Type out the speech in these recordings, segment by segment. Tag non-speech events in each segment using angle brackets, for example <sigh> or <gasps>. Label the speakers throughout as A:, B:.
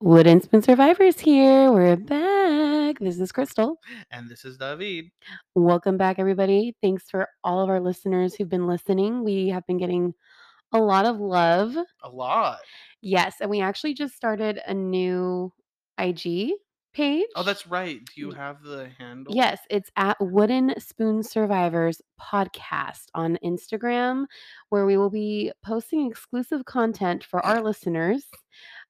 A: Wooden Spoon Survivors here. We're back. This is Crystal.
B: And this is David.
A: Welcome back, everybody. Thanks for all of our listeners who've been listening. We have been getting a lot of love.
B: A lot.
A: Yes. And we actually just started a new IG page.
B: Oh, that's right. Do
A: Mm.
B: you have the handle?
A: Yes, it's at Wooden Spoon Survivors podcast on Instagram, where we will be posting exclusive content for
B: <laughs>
A: our listeners.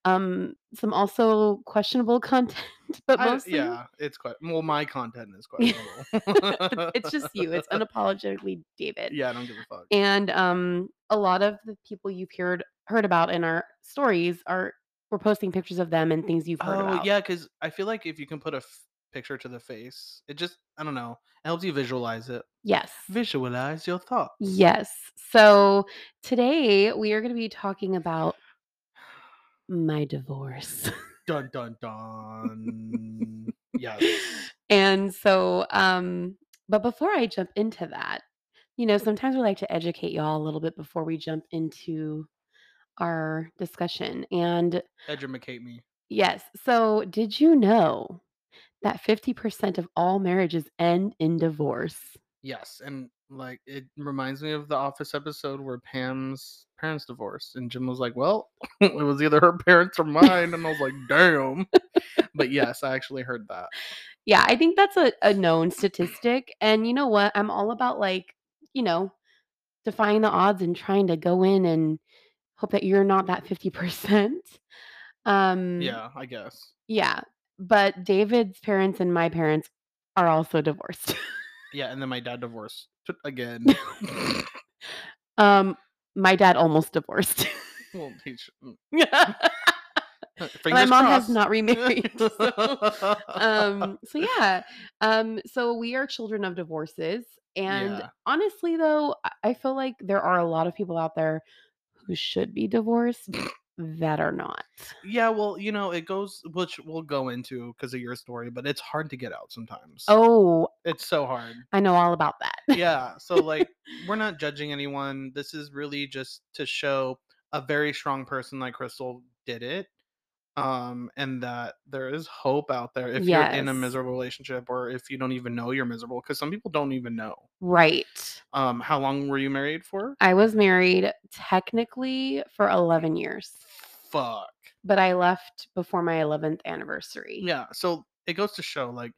A: Um, some also questionable <laughs> content, but
B: I-
A: mostly
B: yeah, it's quite. Well, my content is questionable.
A: <laughs> it's
B: <laughs>
A: just you. It's unapologetically David.
B: Yeah, I don't give a fuck.
A: And um, a lot of the people you've heard heard about in our stories are we're posting pictures of them and things you've heard
B: oh
A: about.
B: yeah, because I feel like if you can put a f- picture to the face, it just I don't know it helps you visualize it.
A: Yes.
B: Visualize your thoughts.
A: Yes. So today we are going to be talking about my divorce.
B: <sighs>
A: <laughs>
B: Dun dun dun. yes.
A: and so, um, but before I jump into that, you know, sometimes we like to educate y'all a little bit before we jump into our discussion. And
B: Edumacate me.
A: yes, so did you know that 50% of all marriages end in divorce?
B: Yes, and like it reminds me of the Office episode where Pam's parents divorced, and Jim was like, "Well, <laughs> it was either her parents or mine," and I was like, "Damn." but yes, I actually heard that.
A: Yeah, I think that's a, a known statistic. And you know what? I'm all about like, you know, defying the odds and trying to go in and hope that you're not that 50%. Um
B: Yeah, I guess.
A: Yeah. But David's parents and my parents are also divorced. <laughs>
B: Yeah, and then my dad divorced t- again. <laughs>
A: um my dad almost divorced. <laughs>
B: well, he sh- mm, uh,
A: my
B: fingers
A: mom has
B: crossed. <laughs>
A: not <laughs> remarried. so- um so yeah um so we are children of divorces and
B: Yeah.
A: honestly though I- i feel like there are a lot of people out there who should be divorced that are not
B: yeah, well, you know, it goes, which we'll go into because of your story, but it's hard to get out sometimes.
A: oh
B: it's so hard.
A: i know all about that
B: yeah so like we're not judging anyone this is really just to show a very strong person like crystal did it um and that there is hope out there if you're in a
A: Yes.
B: miserable relationship or if you don't even know you're miserable because some people don't even know
A: <laughs> right
B: um how long were you married for
A: i was married technically for 11 years
B: fuck
A: but i left before my 11th anniversary
B: yeah so it goes to show like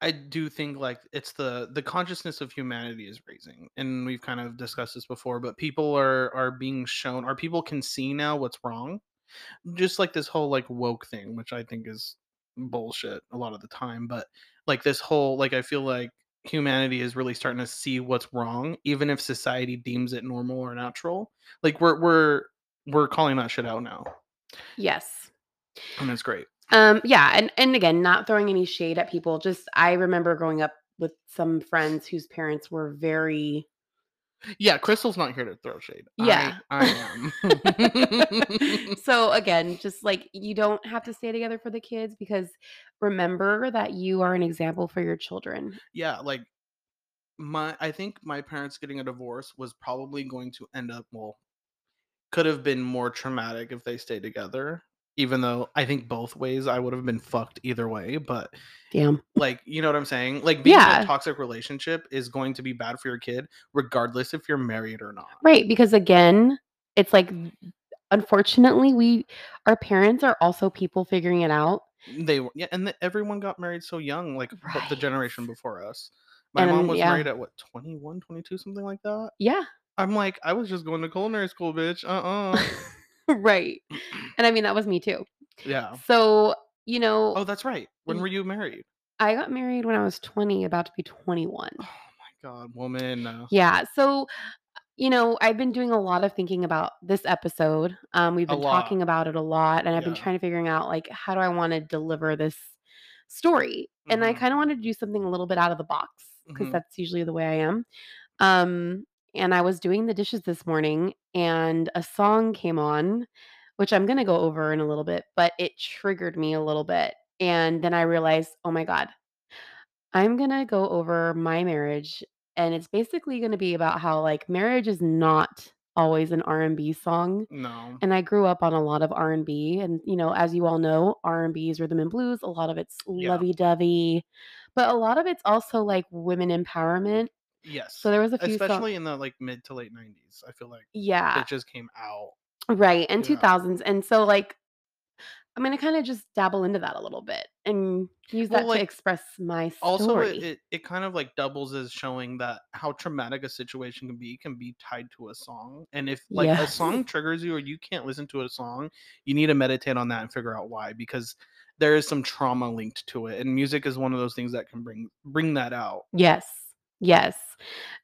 B: i do think like it's the the consciousness of humanity is raising and we've kind of discussed this before but people are are being shown or people can see now what's wrong just like this whole like woke thing which i think is bullshit a lot of the time but like this whole like i feel like humanity is really starting to see what's wrong even if society deems it normal or natural like we're we're we're calling that shit out now
A: yes
B: and it's great
A: Um, yeah, and and again, not throwing any shade at people. Just I remember growing up with some friends whose parents were very
B: Yeah, Crystal's not here to throw shade.
A: Yeah.
B: I, I
A: <laughs>
B: am. <laughs>
A: so again, just like you don't have to stay together for the kids because remember that you are an example for your children.
B: yeah, like my I think my parents getting a divorce was probably going to end up well could have been more traumatic if they stayed together. Even though I think both ways I would have been fucked either way, but
A: Damn.
B: like you know what I'm saying? Like being in
A: Yeah.
B: a toxic relationship is going to be bad for your kid, regardless if you're married or not.
A: Right, because again, it's like unfortunately we our parents are also people figuring it out.
B: They were yeah, and the, everyone got married so young, like b- the
A: Right.
B: generation before us. My
A: And,
B: mom was
A: yeah.
B: married at what 21, 22, something like that.
A: Yeah.
B: I'm like, I was just going to culinary school, bitch. Uh
A: <laughs>
B: uh
A: <laughs> Right. And I mean that was me too.
B: yeah.
A: So, you know,
B: Oh, that's right. When
A: Y-
B: were you married?
A: I got married when I was 20, about to be 21.
B: Oh my god, woman. uh,
A: Yeah. So, you know, I've been doing a lot of thinking about this episode. Um, we've
B: A
A: been talking
B: lot.
A: about it a lot, and I've been
B: Yeah.
A: trying to figuring out like how do I want to deliver this story. And I
B: Mhm.
A: kind of wanted to do something a little bit out of the box because
B: Mhm.
A: that's usually the way I am. Um, and I was doing the dishes this morning, and a song came on, which I'm gonna go over in a little bit, but it triggered me a little bit. And then I realized, oh my god, I'm going to go over my marriage and it's basically going to be about how like marriage is not always an R&B song.
B: No.
A: And I grew up on a lot of R&B and you know, as you all know, R&B is rhythm and blues, a lot of it's
B: Yeah.
A: lovey-dovey, but a lot of it's also like women empowerment.
B: Yes.
A: So Ah. there was a few songs-
B: especially in the like mid to late 90s. I feel like
A: yeah.
B: it just came out.
A: Right, and
B: Yeah.
A: 2000s. And so like I'm going to kind of just dabble into that a little bit and use
B: Well,
A: that
B: like,
A: to express my story.
B: Also, it, it, it kind of like doubles as showing that how traumatic a situation can be can be tied to a song. And if like a
A: Yes.
B: song triggers you or you can't listen to a song, you need to meditate on that and figure out why because there is some trauma linked to it. And music is one of those things that can bring bring that out.
A: Yes. Yes.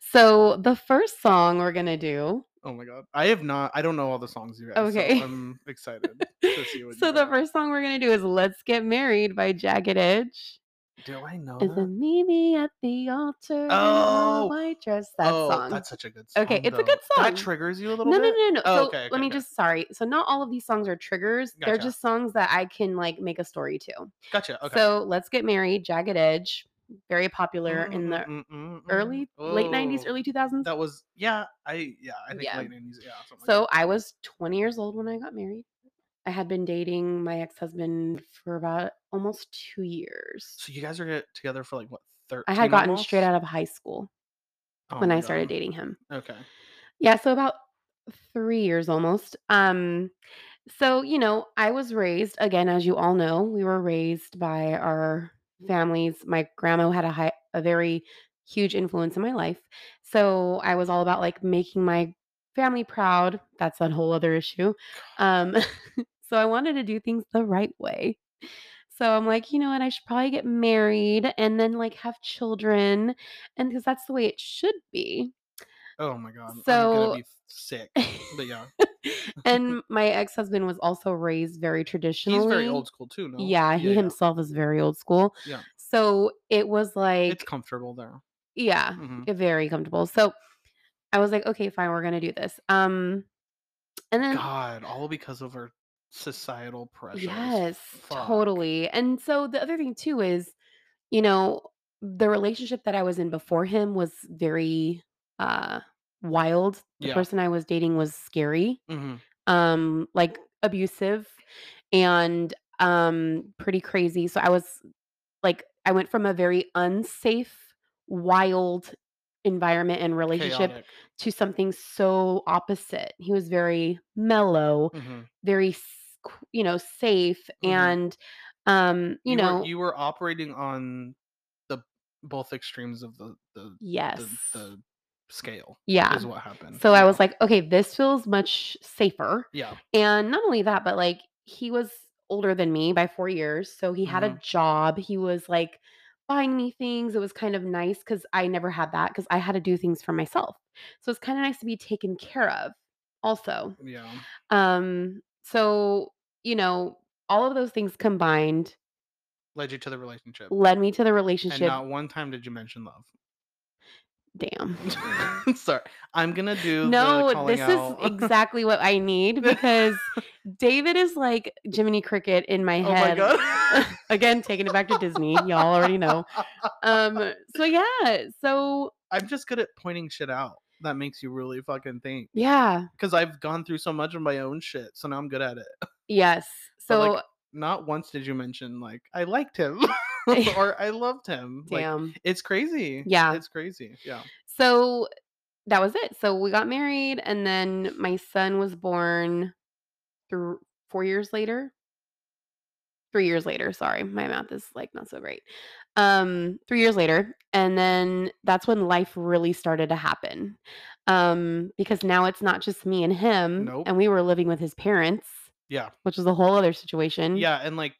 A: So the first song we're going to do.
B: Oh my god. I have not I don't know all the songs you guys. so
A: Okay.
B: I'm
A: <laughs>
B: excited to see what
A: so
B: you
A: the
B: got.
A: first song we're going to do is Let's Get Married by Jagged Edge.
B: Do I know
A: Is
B: that?
A: it meet me at the altar in an
B: Uh-huh. Oh.
A: all-white dress that
B: oh,
A: song.
B: that's such a good song.
A: Okay, it's a good
B: though.
A: song.
B: That triggers you a little
A: no,
B: bit.
A: no, no, no.
B: Oh,
A: so
B: okay, okay,
A: let me
B: okay.
A: just sorry. So not all of these songs are triggers. They're
B: Gotcha.
A: just songs that I can like make a story to.
B: Gotcha. Okay.
A: So let's get married. Jagged Edge, very popular in the
B: Mm, mm, mm, mm,
A: early late '90s,
B: oh,
A: early 2000s.
B: That was yeah. I yeah. I think
A: Yeah.
B: late nineties. Yeah. something
A: So
B: like
A: I was 20 years old when I got married. I had been dating my ex husband for about almost two
B: that.
A: years.
B: so you guys are get together for like what thirteen?
A: I had gotten straight out of high school
B: Oh
A: when I started dating him.
B: Okay.
A: Yeah, so about three years almost. Um, so you know, I was raised again, as you all know, we were raised by our families. My grandma had a high, a very huge influence in my life. So I was all about like making my family proud. That's a whole other issue. Um, <laughs> so I wanted to do things the right way. So I'm like, you know what? I should probably get married and then like have children, and because that's the way it should be.
B: Oh my god. I'm
A: So-
B: gonna be sick.
A: <laughs>
B: But yeah, <laughs>
A: and my ex-husband was also raised very traditionally.
B: he's very old school too. No.
A: Yeah, he himself is very old school.
B: Yeah.
A: So it was like
B: It's comfortable there.
A: yeah,
B: Mhm.
A: very comfortable. So I was like, okay, fine, we're going to do this. Um and then
B: God, all because of our societal pressures.
A: yes,
B: Fuck.
A: totally. And so the other thing too is, you know, the relationship that I was in before him was very uh wild. The
B: Yeah.
A: person I was dating was scary.
B: Mhm.
A: um like abusive and um pretty crazy so i was like i went from a very unsafe wild environment and relationship
B: Chaotic.
A: to something so opposite he was very mellow
B: Mhm.
A: very s- qu- you know safe
B: Mhm.
A: and um you,
B: were-
A: know
B: you were operating on the both extremes of the the
A: yes
B: the, the scale
A: yeah
B: is what happened.
A: so i
B: Yeah.
A: was like okay this feels much safer
B: yeah,
A: And not only that, but like he was older than me by four years. So he had
B: Mm-hmm.
A: a job. He was like buying me things. It was kind of nice because I never had that because I had to do things for myself. So it's kind of nice to be taken care of also.
B: yeah.
A: Um, so, you know, all of those things combined
B: Led you to the relationship.
A: led me to the
B: And
A: relationship.
B: not one time did you mention love.
A: Damn.
B: <laughs> Sorry. I'm gonna do the
A: Mm. No,
B: calling
A: this
B: out.
A: is exactly what I
B: <laughs>
A: need because David is like Jiminy Cricket in my
B: Oh my
A: head.
B: God.
A: <laughs>
B: <laughs>
A: Again, taking it back to Disney. Y'all already know. Um, so yeah, so
B: I'm just good at pointing shit out. That makes you really fucking think.
A: yeah,
B: Because I've gone through so much of my own shit, so now I'm good at it. <laughs>
A: yes.
B: But,
A: So
B: like, Not once did you mention like I
A: <laughs>
B: liked him <laughs> or I loved him. Like
A: damn.
B: it's crazy.
A: Yeah.
B: It's crazy. Yeah.
A: so that was it. So we got married and then my son was born through four years later. Three years later, sorry. My math is like not so great. Um, three years later, and then that's when life really started to happen. Um, because now it's not just me and him.
B: Nope.
A: And we were living with his parents.
B: Yeah.
A: Which was a whole other situation.
B: Yeah, and like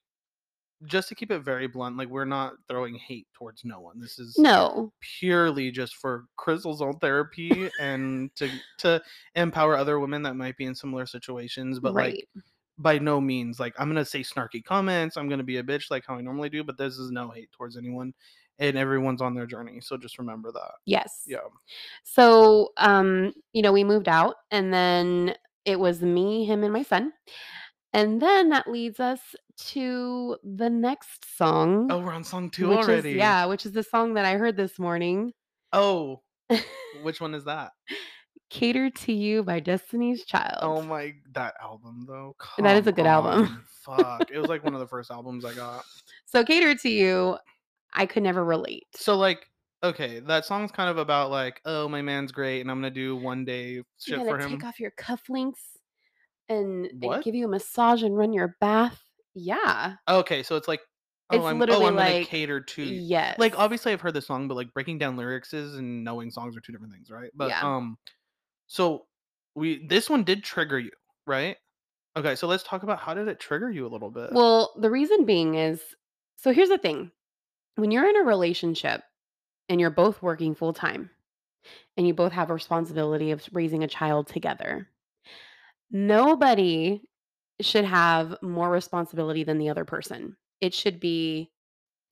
B: just to keep it very blunt, like we're not throwing hate towards no one. This is
A: No.
B: purely just for Crystal's own therapy and to to empower other women that might be in similar situations. But
A: right.
B: like by no means, like I'm gonna say snarky comments, I'm gonna be a bitch like how I normally do, but this is no hate towards anyone and everyone's on their journey. So just remember that.
A: yes.
B: Yeah.
A: So, um, you know, we moved out and then it was me, him, and my son. And then that leads us to the next song.
B: Oh, we're on song two
A: Mm, which is-
B: already.
A: yeah, which is the song that I heard this morning. <laughs>
B: Oh, which one is that?
A: Cater to You by Destiny's Child.
B: Oh my, that album though.
A: That is a
B: Come
A: good album.
B: on, Fuck, it was like
A: <laughs>
B: one of the first albums I got.
A: So Cater to You, I could never relate.
B: So like, okay, that song's kind of about like, oh, my man's great, and I'm gonna do one day
A: You're
B: shit
A: gonna
B: for him.
A: take off your cufflinks and, and
B: What?
A: give you a massage and run your bath. Yeah.
B: Okay, so it's like, oh,
A: It's
B: I'm,
A: literally
B: oh, I'm gonna
A: like,
B: cater to. You.
A: Yes.
B: Like obviously I've heard the song, but like breaking down lyrics is and knowing songs are two different things, right? But
A: Yeah.
B: um, so we this one did trigger you, right? Okay, so let's talk about how did it trigger you a little bit.
A: Well, the reason being is so here's the thing. When you're in a relationship and you're both working full time and you both have a responsibility of raising a child together, nobody should have more responsibility than the other person. It should be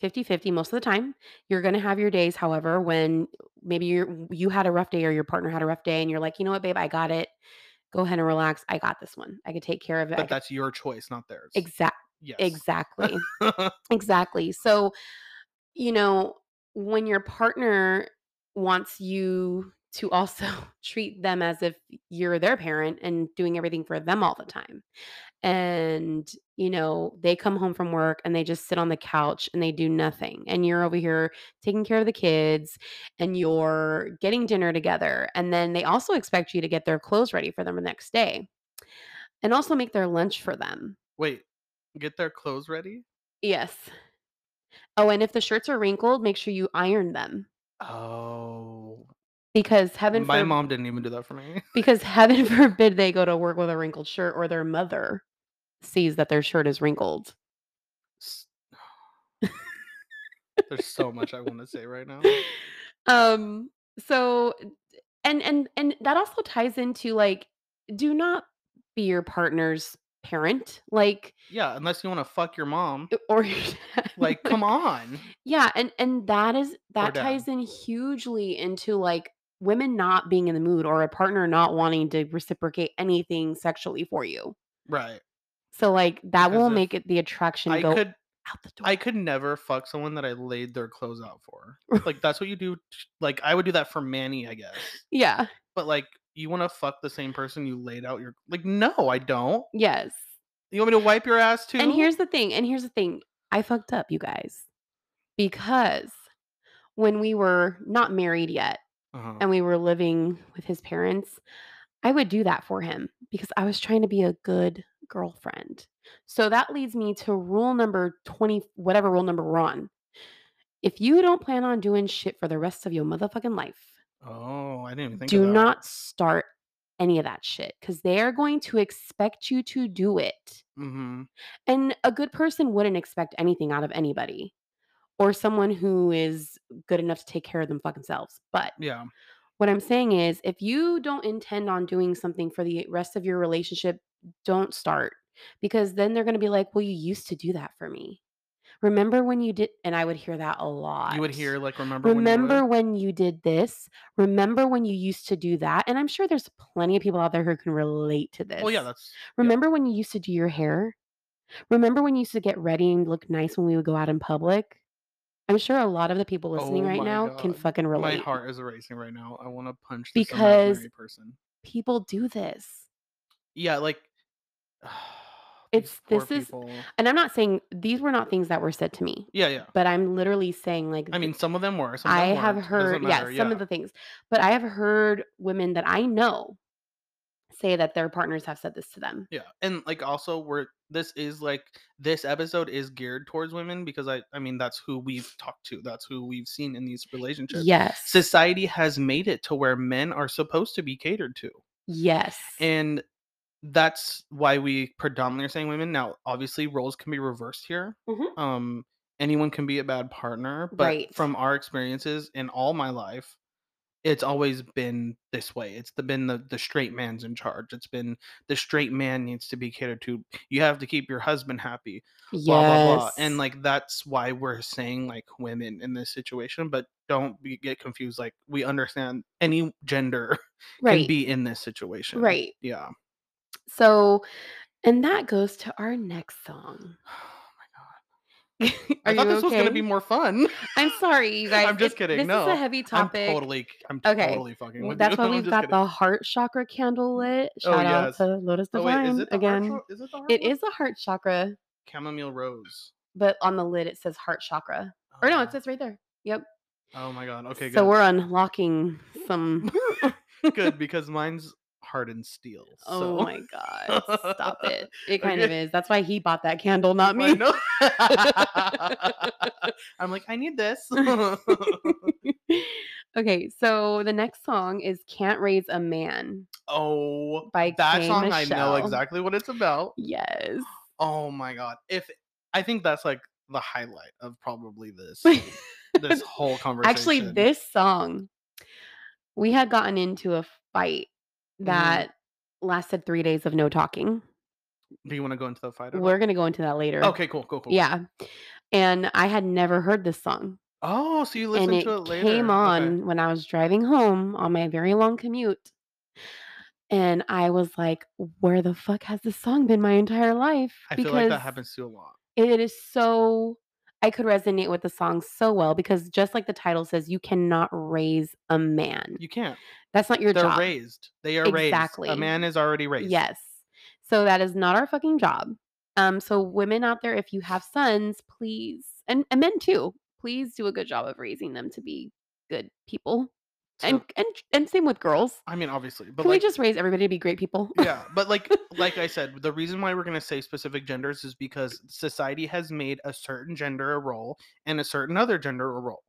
A: 50-50 most of the time. You're going to have your days however when maybe you you had a rough day or your partner had a rough day and you're like, "You know what, babe, I got it. Go ahead and relax. I got this one. I could take care of it." I
B: but
A: could-
B: that's your choice, not theirs.
A: Exactly.
B: yes.
A: Exactly. exactly. So, you know, when your partner wants you to also <laughs> treat them as if you're their parent and doing everything for them all the time. And, you know, they come home from work and they just sit on the couch and they do nothing. And you're over here taking care of the kids and you're getting dinner together. And then they also expect you to get their clothes ready for them the next day and also make their lunch for them.
B: <laughs> Wait, get their clothes ready?
A: Yes. Oh, and if the shirts are wrinkled, make sure you iron them
B: Oh.
A: because heaven
B: My
A: forb-
B: mom didn't even do that for me.
A: because heaven <laughs> forbid they go to work with a wrinkled shirt or their mother sees that their shirt is wrinkled.
B: S- <sighs> There's so much I want to say right now.
A: <laughs> um so and and and that also ties into like do not be your partner's parent like
B: Yeah, unless you want to fuck your mom.
A: or <laughs> your dad.
B: Like,
A: <laughs>
B: come on.
A: Yeah, and and that
B: Oh,
A: is that
B: dad.
A: ties in hugely into like women not being in the mood or a partner not wanting to reciprocate anything sexually for you.
B: Right.
A: So like that
B: Because
A: will
B: if
A: make it the attraction
B: I
A: go
B: could
A: out the door.
B: I could never fuck someone that I laid their clothes out
A: <laughs>
B: for. Like that's what you do. t- Like I would do that for Manny, I guess.
A: yeah.
B: But like you want to fuck the same person you laid out your like no, I don't.
A: Yes.
B: You want me to wipe your ass too?
A: And here's the thing, and here's the thing. I fucked up, you guys. Because when we were not married yet
B: uh-huh.
A: and we were living with his parents, I would do that for him because I was trying to be a good girlfriend. So that leads me to rule number 20, whatever rule number we're on. If you don't plan on doing shit for the rest of your motherfucking life,
B: oh, I didn't even think. of
A: do
B: that.
A: not start any of that shit because they are going to expect you to do it.
B: Mm-hmm.
A: And a good person wouldn't expect anything out of anybody or someone who is good enough to take care of them fucking selves. But
B: Yeah.
A: what I'm saying is, if you don't intend on doing something for the rest of your relationship, don't start because then they're going to be like, well, you used to do that for me. Remember when you did, and I would hear that a lot.
B: You would hear like remember. when you
A: Remember
B: would?
A: when you did this? Remember when you used to do that? And I'm sure there's plenty of people out there who can relate to this.
B: Well, Oh, yeah, that's yeah.
A: Remember when you used to do your hair? Remember when you used to get ready and look nice when we would go out in public? I'm sure a lot of the people listening
B: Oh
A: right
B: my
A: now can
B: God.
A: fucking
B: my
A: relate.
B: heart is racing right now. I want to punch this imaginary
A: Because-
B: person.
A: People do this.
B: Yeah, like. <sighs> these
A: It's-
B: poor
A: this is-
B: people.
A: And I'm not saying these were not things that were said to me,
B: Yeah, yeah.
A: but I'm literally saying like
B: I
A: th-
B: mean, some of them were. Some of
A: I
B: them
A: have
B: weren't. Doesn't
A: heard yeah,
B: matter,
A: some of the things, but I have heard women that I know say that their partners have said this to them.
B: Yeah, and like also we're this is like this episode is geared towards women because I I mean that's who we've talked to, that's who we've seen in these relationships.
A: Yes.
B: Society has made it to where men are supposed to be catered to.
A: yes.
B: And that's why we predominantly are saying women. Now, obviously roles can be reversed here.
A: Mhm.
B: Um anyone can be a bad partner, but
A: Right.
B: from our experiences in all my life, it's always been this way. It's the, been the, the straight man's in charge. It's been the straight man needs to be catered to. You have to keep your husband happy.
A: yes.
B: Blah blah blah. And like that's why we're saying like women in this situation, but don't be, get confused. Like we understand any gender <laughs>
A: right.
B: can be in this situation.
A: Right.
B: Yeah.
A: So, and that goes to our next song. Are
B: Oh
A: <laughs>
B: I thought
A: you
B: this was
A: okay?
B: gonna be more fun. <laughs>
A: I'm sorry, you guys.
B: I'm just
A: It-
B: kidding,
A: This
B: no,
A: is a heavy topic.
B: I'm totally, I'm
A: Okay.
B: totally fucking.
A: W-
B: With <laughs>
A: That's
B: you.
A: why
B: I'm
A: we've
B: just
A: got
B: kidding.
A: the heart chakra candle lit.
B: Oh,
A: Shout out
B: yes.
A: to Lotus
B: Oh wait,
A: Divine
B: is it the
A: again.
B: again? is it the heart
A: it
B: one?
A: is the heart chakra,
B: chamomile rose. Uh,
A: but on the lid it says heart chakra. Or no, it says right there. Yep.
B: Oh my god. Ah, Okay, good.
A: so we're unlocking some.
B: <laughs>
A: <laughs>
B: good because mine's hardened steel.
A: Oh
B: <laughs> so- <laughs>
A: my god! Stop it. It kind of is. That's why he bought that candle,
B: I
A: not me.
B: know. <laughs> I'm like, I need
A: <laughs>
B: this. <laughs>
A: okay, so the next song is "Can't Raise a Man."
B: oh,
A: By
B: that
A: Kay
B: song, I
A: Michelle.
B: know exactly what it's about.
A: Yes.
B: <gasps>
A: <laughs>
B: Oh my god! If I think that's like the highlight of probably
A: <laughs>
B: this this whole conversation.
A: Actually, this song, we had gotten into a fight
B: Mhm.
A: that lasted three days of no talking.
B: Do you want to go into the fight? at all?
A: We're gonna go into that later.
B: Okay, cool, cool, cool.
A: Yeah. And I had never heard this song.
B: Oh, so you
A: and
B: listened
A: it
B: to it later?
A: came
B: Okay.
A: on when I was driving home on my very long commute. And I was like, where the fuck has this song been my entire life?
B: I feel like that happens to you a lot.
A: It is so, I could resonate with the song so well because just like the title says, you cannot raise a man.
B: You can't.
A: That's not your
B: They're
A: job.
B: raised. They are
A: Exactly.
B: raised. A man is already raised.
A: Yes. So that is not our fucking job. Um, so women out there, if you have sons, please, and, and men too, please do a good job of raising them to be good people.
B: So-
A: and and and same with girls.
B: I mean, obviously, but
A: Can
B: like,
A: we just raise everybody to be great people?
B: yeah,
A: <laughs>
B: but like, like I said, the reason why we're gonna say specific genders is because society has made a certain gender a role and a certain other gender a role.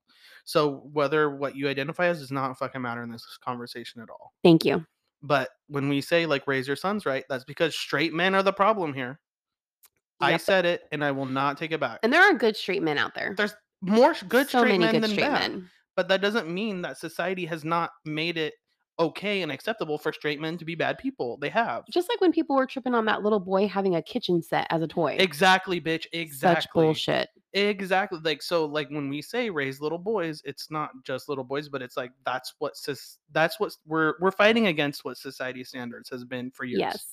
B: So whether what you identify as does not fucking matter in this conversation at all.
A: Thank you.
B: But when we say like raise your sons right, that's because straight men are the problem here. I
A: Yep.
B: said it, and I will not take it back.
A: And there are good straight men out there.
B: There's more sh- good
A: so
B: straight
A: many
B: men
A: good
B: than
A: straight
B: bad.
A: men.
B: but that doesn't mean that society has not made it okay and acceptable for straight men to be bad people. They have.
A: Just like when people were tripping on that little boy having a kitchen set as a toy.
B: Exactly, bitch. Exactly.
A: Such bullshit.
B: Exactly. Like so like when we say raise little boys, it's not just little boys, but it's like that's what sis that's what we're we're fighting against what society standards has been for years.
A: Yes.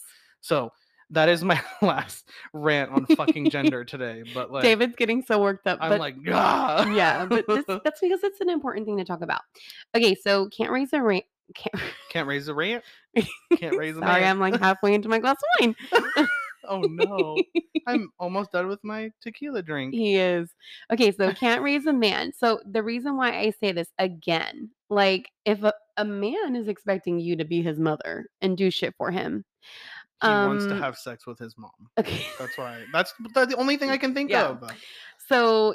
B: So that is my <laughs> last rant on
A: <laughs>
B: fucking gender today. But like
A: David's getting so worked up.
B: I'm
A: but
B: like, ah.
A: yeah, but
B: <laughs>
A: this, that's because it's an important thing to talk about. Okay, so can't raise a rant. Can't,
B: can't raise a rant. Can't raise
A: <laughs>
B: a
A: sorry,
B: man.
A: I'm like halfway into my glass of wine. <laughs>
B: Oh no. I'm almost done with my tequila drink.
A: He is. Okay, so can't raise a man. So the reason why I say this again, like if a, a man is expecting you to be his mother and do shit for him. <laughs>
B: He wants to
A: Um,
B: have sex with his mom.
A: Okay.
B: That's why. That's, that's the only thing I can think
A: Yeah.
B: of.
A: So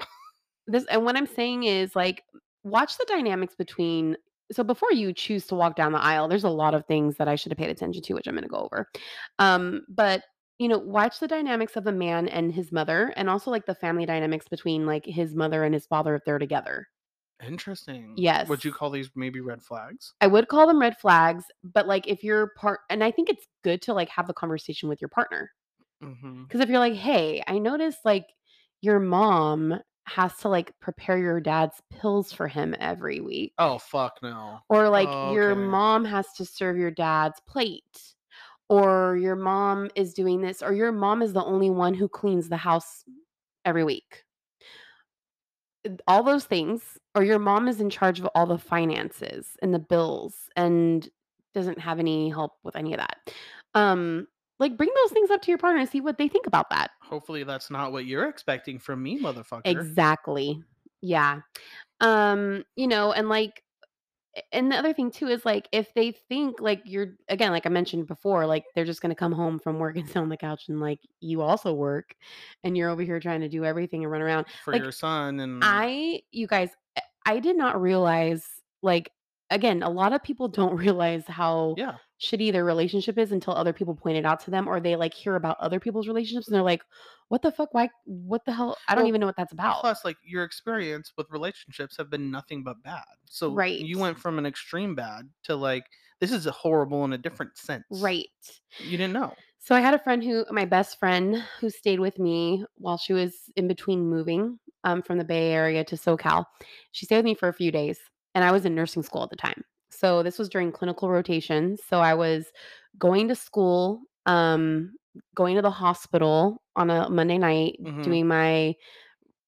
A: this and what I'm saying is like watch the dynamics between so before you choose to walk down the aisle, there's a lot of things that I should have paid attention to, which I'm gonna go over. Um, but you know, watch the dynamics of a man and his mother, and also like the family dynamics between like his mother and his father if they're together.
B: Interesting. Would
A: Yes.
B: you call these maybe red flags?
A: I would call them red flags, but like if you're part, and I think it's good to like have the conversation with your partner
B: Mm-hmm.
A: because if you're like, hey, I noticed like your mom has to like prepare your dad's pills for him every week,
B: Oh fuck no.
A: or like
B: oh,
A: your
B: okay.
A: mom has to serve your dad's plate, or your mom is doing this, or your mom is the only one who cleans the house every week. Th- All those things, or your mom is in charge of all the finances and the bills and doesn't have any help with any of that. Um, like bring those things up to your partner and see what they think about that.
B: Hopefully that's not what you're expecting from me, motherfucker.
A: Exactly. Yeah. Um, you know, and like a- and the other thing too is like if they think like you're again, like I mentioned before, like they're just gonna come home from work <laughs> and sit on the couch and like you also work and you're over here trying to do everything and run around.
B: For
A: like,
B: your son
A: Mm.
B: and
A: I, you guys, I- I did not realize, like, again, a lot of people <laughs> don't realize how
B: yeah.
A: shitty their relationship is until other people point it out to them or they like hear about other people's relationships and they're like, what the fuck? Why? What the hell? I don't
B: Well,
A: even know what that's about.
B: Plus, like your experience with relationships have been nothing but bad. So
A: Right.
B: you went from an extreme bad to like this is a horrible in a different sense.
A: right.
B: You didn't know.
A: So I had a friend who, my best friend, who stayed with me while she was in between moving um, from the Bay Area to SoCal. She stayed with me for a few days, and I was in nursing school at the time. So this was during clinical rotations. So I was going to school, um, going to the hospital on a Monday night,
B: Mhm.
A: doing my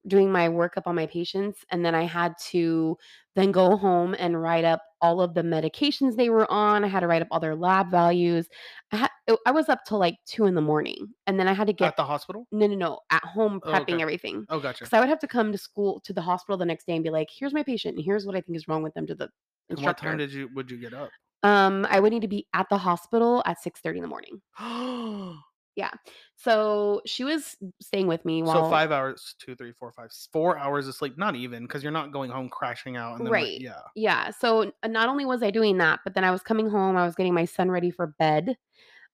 A: doing my workup on my patients and then i had to then go home and write up all of the medications they were on i had to write up all their lab values i, ha- it- I was up till like two in the morning and then i had to get
B: at the hospital.
A: no no no at home
B: Uh Oh,
A: prepping
B: okay.
A: everything
B: Oh, gotcha.
A: because i would have to come to school to the hospital the next day and be like here's my patient and here's what i think is wrong with them to the
B: And what
A: instructor
B: time did you would you
A: <gasps>
B: get up? <gasps>
A: um i would need to be at the hospital at six thirty in the morning so she was staying with me while
B: so five hours, two, three, four, five, s- four hours of sleep. Not even because you're not going home crashing out. And then like,
A: Right.
B: yeah.
A: yeah so n- not only was i doing that but then i was coming home i was getting my son ready for bed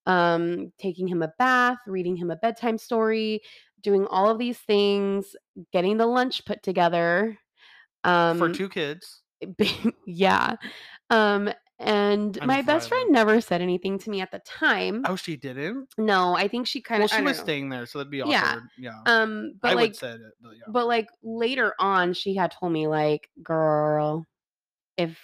A: um taking him a bath reading him a bedtime story doing all of these things getting the lunch put together um
B: For
A: <laughs>
B: two kids.
A: yeah um and
B: I'm
A: my best friend
B: violent.
A: never said anything to me at the time
B: Oh, she didn't.
A: no i think she kind
B: Well,
A: of
B: she was staying there, so that'd be
A: Yeah.
B: awkward. Yeah.
A: um but
B: I would
A: like
B: would said it, but yeah.
A: but like later on she had told me like girl if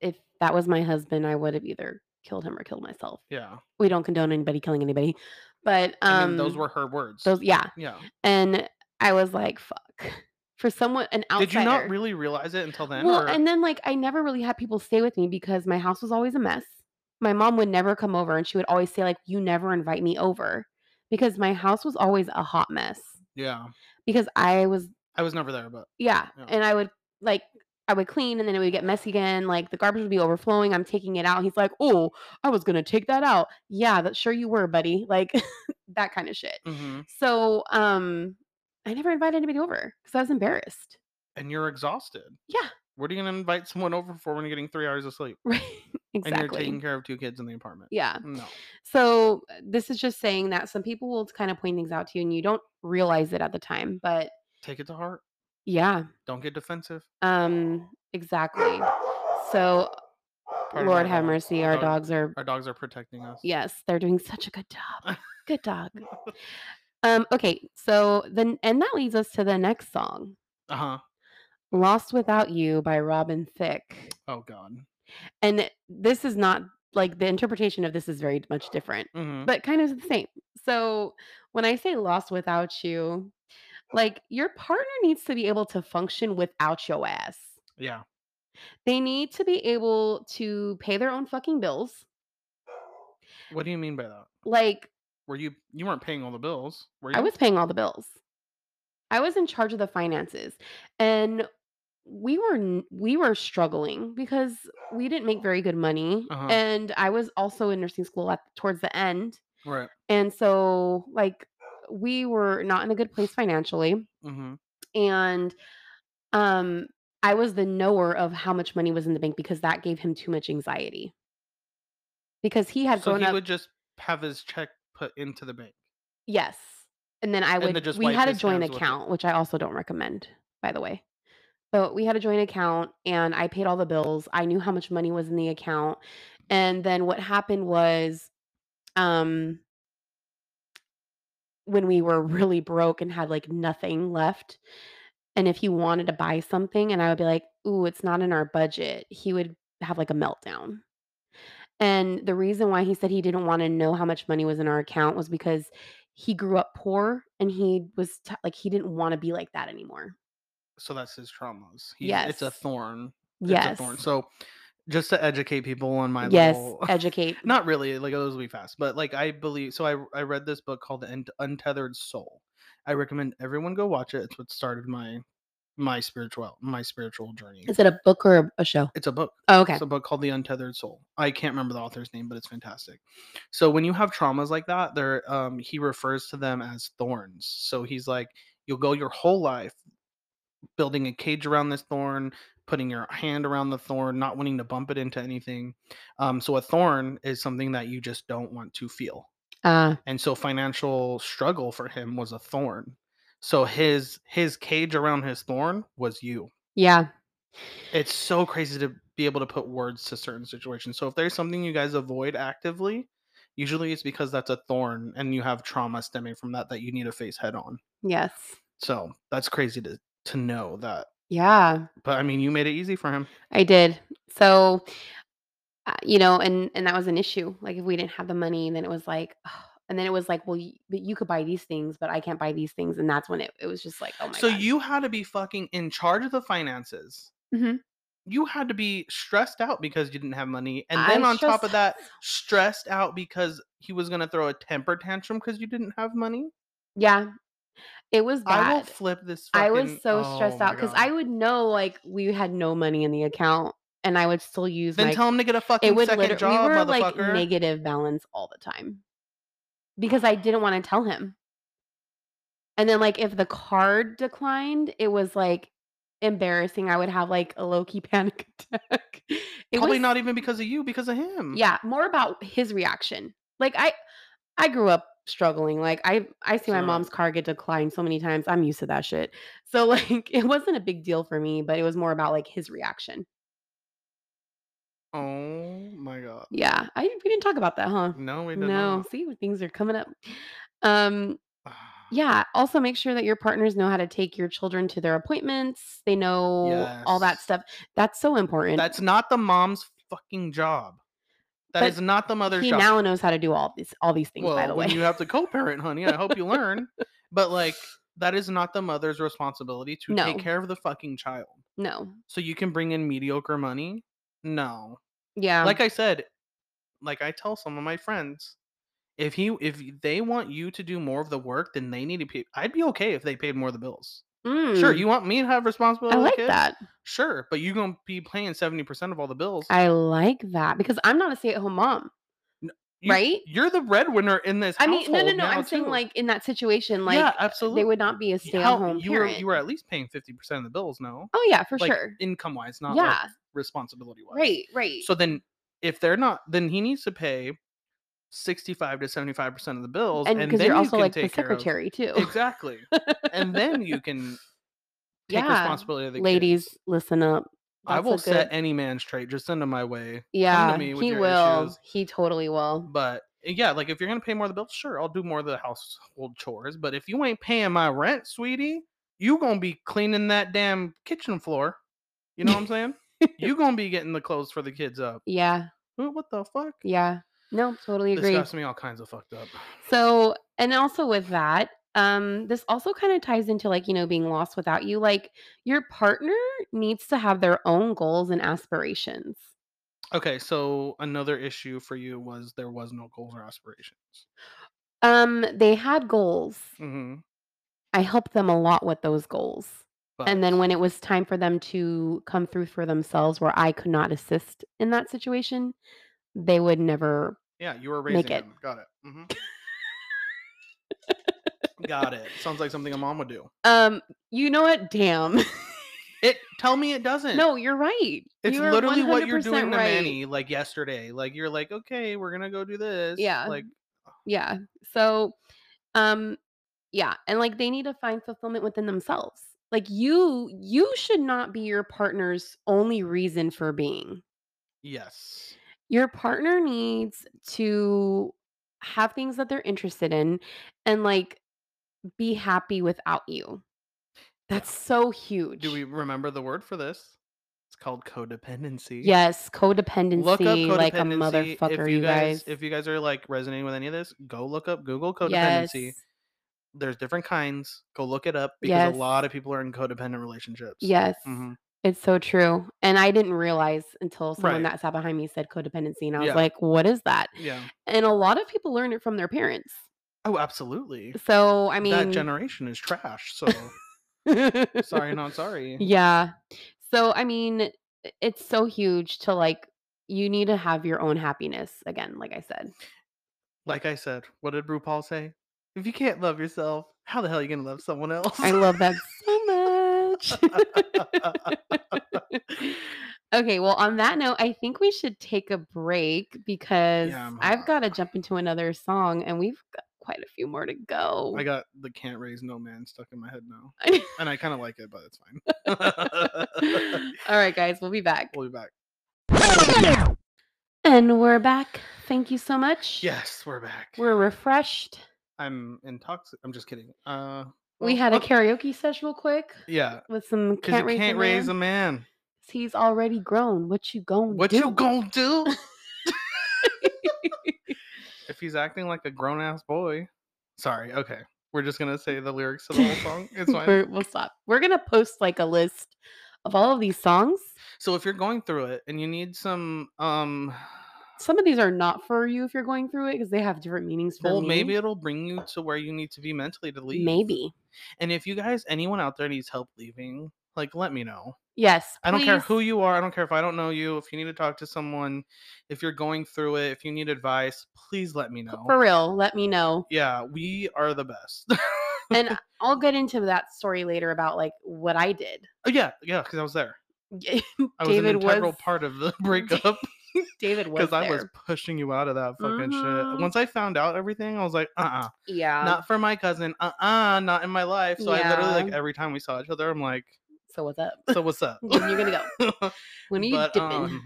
A: if that was my husband i would have either killed him or killed myself
B: yeah.
A: we don't condone anybody killing anybody but um
B: I mean, those were her words.
A: those yeah
B: yeah.
A: and i was like fuck <laughs> for someone an outsider
B: Did you not really realize it until then?
A: well
B: or-
A: and then like i never really had people stay with me because my house was always a mess my mom would never come over and she would always say like you never invite me over because my house was always a hot mess
B: yeah,
A: because i was
B: I was never there, but
A: Yeah.
B: Yeah.
A: And I would like I would clean and then it would get messy again. Like the garbage would be overflowing. I'm taking it out. He's like, Oh, I was gonna take that out. Yeah, that sure you were, buddy. <laughs> Like that kind of shit.
B: Mhm.
A: So um I never invited anybody over because I was embarrassed. <laughs>
B: and you're exhausted.
A: Yeah.
B: What are you gonna invite someone over for when you're getting three hours of sleep
A: Right.
B: and you're taking
A: exactly.
B: care of two kids in the apartment?
A: Yeah.
B: No.
A: So uh, this is just saying that some people will kind of point things out to you and you don't realize it at the time. But
B: Take it to heart.
A: yeah.
B: Don't get defensive.
A: Um exactly. So
B: Pardon
A: Lord
B: my
A: have
B: dog.
A: mercy, our
B: Dog-
A: dogs are
B: Our dogs are protecting
A: Uh,
B: us.
A: Yes, they're doing such a good job. Good dog. Um, okay, so then and that leads us to the next song,
B: Uh huh.
A: Lost Without You by Robin Thicke.
B: Oh God.
A: And this is not like the interpretation of this is very much different,
B: hmm
A: but kind of the same. So when I say lost without you, like your partner needs to be able to function without your ass.
B: Yeah.
A: They need to be able to pay their own fucking bills.
B: What do you mean by that?
A: Like
B: Were you you weren't paying all the bills? Were you?
A: I was paying all the bills. I was in charge of the finances and we were n- we were struggling because we didn't make very good money
B: Uh-huh.
A: and I was also in nursing school at towards the end
B: right.
A: and so like we were not in a good place financially
B: Mm-hmm.
A: and um I was the knower of how much money was in the bank because that gave him too much anxiety. Because he had
B: So
A: grown
B: he
A: up
B: would just have his check put into the bank.
A: Yes. And then I
B: And then
A: would
B: just
A: we
B: wipe
A: had a
B: his
A: joint
B: hands with it.
A: account, which I also don't recommend, by the way. But we had a joint account and I paid all the bills. I knew how much money was in the account. And then what happened was um when we were <laughs> really broke and had like nothing left and if he wanted to buy something and I would be like, "Ooh, it's not in our budget." He would have like a meltdown. And the reason why he said he didn't want to know how much money was in our account was because he grew up poor and he was t- like he didn't want to be like that anymore.
B: So that's his traumas. He's, It's a
A: Yes.
B: thorn. It's a
A: Yes.
B: thorn. So just to educate people on my
A: yes,
B: level.
A: educate.
B: <laughs> not really like those will be fast but like i believe so i i read this book called the Un- untethered soul i recommend everyone go watch it it's what started my my spiritual my spiritual journey
A: Is it a book or a, a show?
B: it's a book
A: Oh, okay.
B: it's a book called the untethered soul i can't remember the author's name but it's fantastic so when you have traumas like that there um he refers to them as thorns so he's like you'll go your whole life building a cage around this thorn putting your hand around the thorn not wanting to bump it into anything um, so a thorn is something that you just don't want to feel
A: uh,
B: and so financial struggle for him was a thorn so his his cage around his thorn was you
A: yeah.
B: it's so crazy to be able to put words to certain situations so if there's something you guys avoid actively usually it's because that's a thorn and you have trauma stemming from that that you need to face head on
A: Yes.
B: so that's crazy to to know that
A: Yeah.
B: but i mean you made it easy for him
A: I did. So, uh, you know, and and that was an issue. Like if we didn't have the money, then it was like, "Ugh, And then it was like, well, y- but you could buy these things, but I can't buy these things. And that's when it, it was just like, oh my
B: so
A: God.
B: you had to be fucking in charge of the finances.
A: Mhm.
B: You had to be stressed out because you didn't have money, and
A: I
B: then on top
A: stressed
B: of that, stressed out because he was gonna throw a temper tantrum because you didn't have money.
A: yeah, it was
B: I will
A: bad.
B: flip this.
A: I was
B: fucking-
A: so
B: oh
A: stressed
B: my
A: out because
B: God.
A: I would know like we had no money in the account and I would still use
B: then
A: my
B: tell him to get a fucking
A: it would
B: second
A: literally
B: job,
A: we were like
B: motherfucker.
A: negative balance all the time because I didn't want to tell him. And then like if the card declined, it was like embarrassing. I would have like a low key <laughs> panic attack. It
B: Probably
A: was,
B: not even because of you, because of him.
A: Yeah, more about his reaction. Like I, I grew up struggling. Like I, I see my
B: So-
A: mom's car get declined so many times. I'm used to that shit. So <laughs> like it wasn't a big deal for me, but it was more about like his reaction.
B: Oh my god.
A: Yeah, I we didn't talk about that, huh?
B: No, Mm, we did
A: No,
B: not.
A: see, things are coming up. Um,
B: Ah.
A: yeah. Also, make sure that your partners know how to take your children to their appointments. They know all that
B: Yes.
A: stuff. That's so important.
B: That's not the mom's fucking job. That
A: But
B: is not the mother's
A: he
B: job.
A: now knows how to do all these all these things.
B: well,
A: by the way,
B: when you have to co-parent, honey, I hope you
A: <laughs>
B: learn. But like, that is not the mother's responsibility to take
A: No.
B: care of the fucking child.
A: no,
B: So you can bring in mediocre money. No,
A: yeah,
B: like I said, like I tell some of my friends, if he if they want you to do more of the work, then they need to pay. I'd be okay if they paid more of the bills. Sure,
A: Mm,
B: you want me to have responsibility.
A: I
B: of the
A: like
B: kids?
A: that.
B: Sure, but you're gonna be paying seventy percent of all the bills.
A: I like that because I'm not a stay at home mom.
B: You-
A: right?
B: You're the breadwinner in this.
A: I mean, no, no,
B: household
A: no.
B: now,
A: I'm saying
B: too.
A: like in that situation, like
B: yeah, absolutely.
A: they would not be a
B: You-
A: stay at
B: hell,
A: home
B: You were
A: parent.
B: you were at least paying fifty percent of the bills. No,
A: oh yeah, for
B: Like,
A: sure.
B: income wise, not
A: Yeah,
B: responsibility wise.
A: right, right.
B: So then, if they're not, then he needs to pay sixty-five to seventy-five percent of the bills,
A: and
B: and,
A: because
B: then
A: you're
B: you
A: also
B: can
A: like the
B: take care of-
A: secretary too. <laughs>
B: exactly, and then you can take
A: Yeah,
B: responsibility of the
A: Ladies,
B: kids.
A: listen up.
B: I
A: That's a
B: will set
A: good-
B: any man straight. Just send him my way.
A: Yeah,
B: me with
A: he
B: your
A: will.
B: issues.
A: He totally will.
B: But yeah, like if you're gonna pay more of the bills, sure, I'll do more of the household chores. But if you ain't paying my rent, sweetie, you gonna be cleaning that damn kitchen floor. You know
A: <laughs>
B: what I'm saying? you gonna be getting the clothes for the kids up.
A: Yeah,
B: Wh- What the fuck?
A: yeah. No, totally
B: This
A: agree.
B: got me all kinds of fucked up.
A: So, and also with that, um, this also kind of ties into like, you know, being lost without you. Like, your partner needs to have their own goals and aspirations.
B: Okay, so another issue for you was there was no goals or aspirations.
A: Um, they had goals.
B: Mm-hmm.
A: I helped them a lot with those goals.
B: But
A: And then when it was time for them to come through for themselves, where I could not assist in that situation, they would never.
B: yeah, you were raising
A: make it-
B: them. Got it.
A: <laughs>
B: hmm Got it. Sounds like something a mom would do.
A: Um, you know what?
B: <laughs>
A: Damn. <laughs>
B: It. Tell me it doesn't.
A: no, you're right.
B: It's
A: You are
B: literally what you're
A: 100%
B: doing to
A: right.
B: Manny like yesterday. Like you're like, okay, we're gonna go do this.
A: Yeah.
B: Like
A: yeah so um yeah and like they need to find fulfillment within themselves like you you should not be your partner's only reason for being
B: yes.
A: your partner needs to have things that they're interested in and like be happy without you that's so huge
B: Do we remember the word for this? It's called codependency.
A: yes codependency,
B: Look up codependency.
A: like a motherfucker
B: if you, guys, if you guys are like resonating with any of this, go look up Google codependency.
A: yes
B: There's different kinds. Go look it up because
A: Yes.
B: a lot of people are in codependent relationships.
A: yes
B: Mhm.
A: It's so true. And I didn't realize until someone
B: Right.
A: that sat behind me said codependency. And I was
B: Yeah.
A: like, what is that?
B: Yeah.
A: And a lot of people learn it from their parents.
B: Oh, absolutely.
A: So, I
B: that
A: mean, <laughs>
B: generation is trash. So sorry, not sorry.
A: <laughs> yeah. So, I mean, i- it's so huge to like, you need to have your own happiness again, like I said.
B: like I said, what did RuPaul say? If you can't love yourself, how the hell are you gonna love someone else? <laughs>
A: I love that so much. <laughs> okay, well, on that note, I think we should take a break because
B: I'm
A: I've
B: hot.
A: got to jump into another song and we've got quite a few more to go.
B: I got the can't raise no man stuck in my head now,
A: <laughs> I
B: and I kind of like it, but it's
A: <laughs>
B: fine. <laughs>
A: All right, guys, we'll be back.
B: we'll be back.
A: And we're back. Thank you so much.
B: Yes, we're back.
A: We're refreshed.
B: I'm intoxicated. I'm just kidding. Uh,
A: we
B: well,
A: had a
B: okay,
A: karaoke session real quick
B: yeah,
A: with some
B: because
A: can't
B: you
A: raise,
B: can't
A: a,
B: raise
A: man.
B: a man.
A: He's already <laughs> grown. What you going
B: What
A: do?
B: you gonna do? <laughs> if he's acting like a grown ass boy. Sorry. Okay. We're just gonna say the lyrics to the whole song.
A: <laughs>
B: It's fine.
A: We're, we'll stop. We're gonna post like a list of all of these songs.
B: so if you're going through it and you need some, um,
A: Some of these are not for you if you're going through it because they have different meanings for
B: well,
A: me.
B: maybe it'll bring you to where you need to be mentally to leave.
A: Maybe.
B: And if you guys, anyone out there needs help leaving, like let me know.
A: Yes.
B: I don't care who
A: please.
B: you are. I don't care if I don't know you. If you need to talk to someone, if you're going through it, if you need advice, please let me know.
A: For real, let me know.
B: Yeah, we are the best. <laughs>
A: And I'll get into that story later about like what I did.
B: Oh, yeah, yeah, because I was there.
A: <laughs>
B: I was
A: David
B: an integral
A: was <laughs>
B: part of the <laughs> breakup
A: David was
B: because I was
A: there.
B: pushing you out of that fucking
A: Mhm.
B: shit. Once I found out everything, I was like, uh uh
A: yeah.
B: not for my cousin, uh uh not in my life. So I literally, like,
A: Yeah.
B: every time we saw each other, I'm like,
A: <laughs> so what's up?
B: so what's up?
A: When you gonna go?
B: <laughs> go?
A: When are you dipping?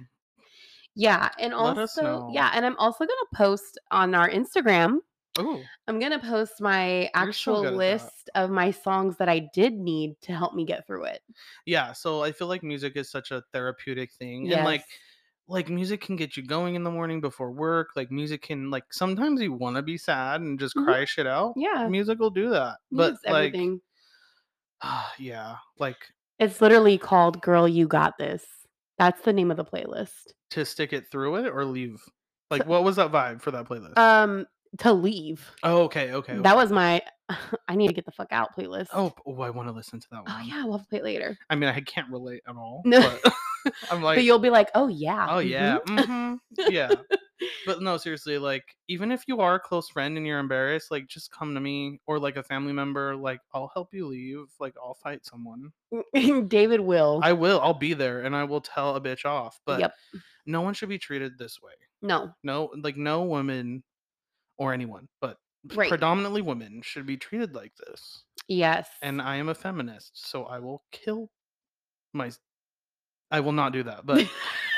A: yeah, and
B: um, let us
A: also
B: know.
A: yeah, and I'm also gonna post on our Instagram.
B: oh,
A: I'm gonna post my
B: You're so
A: actual
B: good at that.
A: list of my songs that I did need to help me get through it.
B: yeah. So I feel like music is such a therapeutic thing, and like, like music can get you going in the morning before work. Like music can like sometimes you want to be sad and just
A: Mhm.
B: cry shit out.
A: yeah,
B: Music will do that. But
A: but
B: like
A: everything.
B: Ah, yeah, like
A: It's literally called "Girl, You Got This." That's the name of the playlist.
B: to stick it through it or leave. Like what was that vibe for that playlist?
A: Um, to leave.
B: oh, okay, okay.
A: That
B: okay.
A: was my <laughs> "I Need to Get the Fuck Out" playlist.
B: Oh, p- oh, I want to listen to that one.
A: Oh, yeah, we'll have to play it later.
B: I mean, I can't relate at all.
A: No. <laughs>
B: But <laughs> I'm like,
A: but you'll be like, "Oh yeah,
B: oh
A: mhm."
B: yeah, mhm,
A: <laughs>
B: yeah. But no, seriously, like even if you are a close friend and you're embarrassed, like just come to me or like a family member. Like I'll help you leave. Like I'll fight someone.
A: <laughs> David will.
B: I will. I'll be there and I will tell a bitch off. But
A: yep.
B: no one should be treated this way.
A: No.
B: No, like no woman or anyone, but
A: Right.
B: predominantly women should be treated like this.
A: yes.
B: And I am a feminist, so I will kill my. I will not do that, but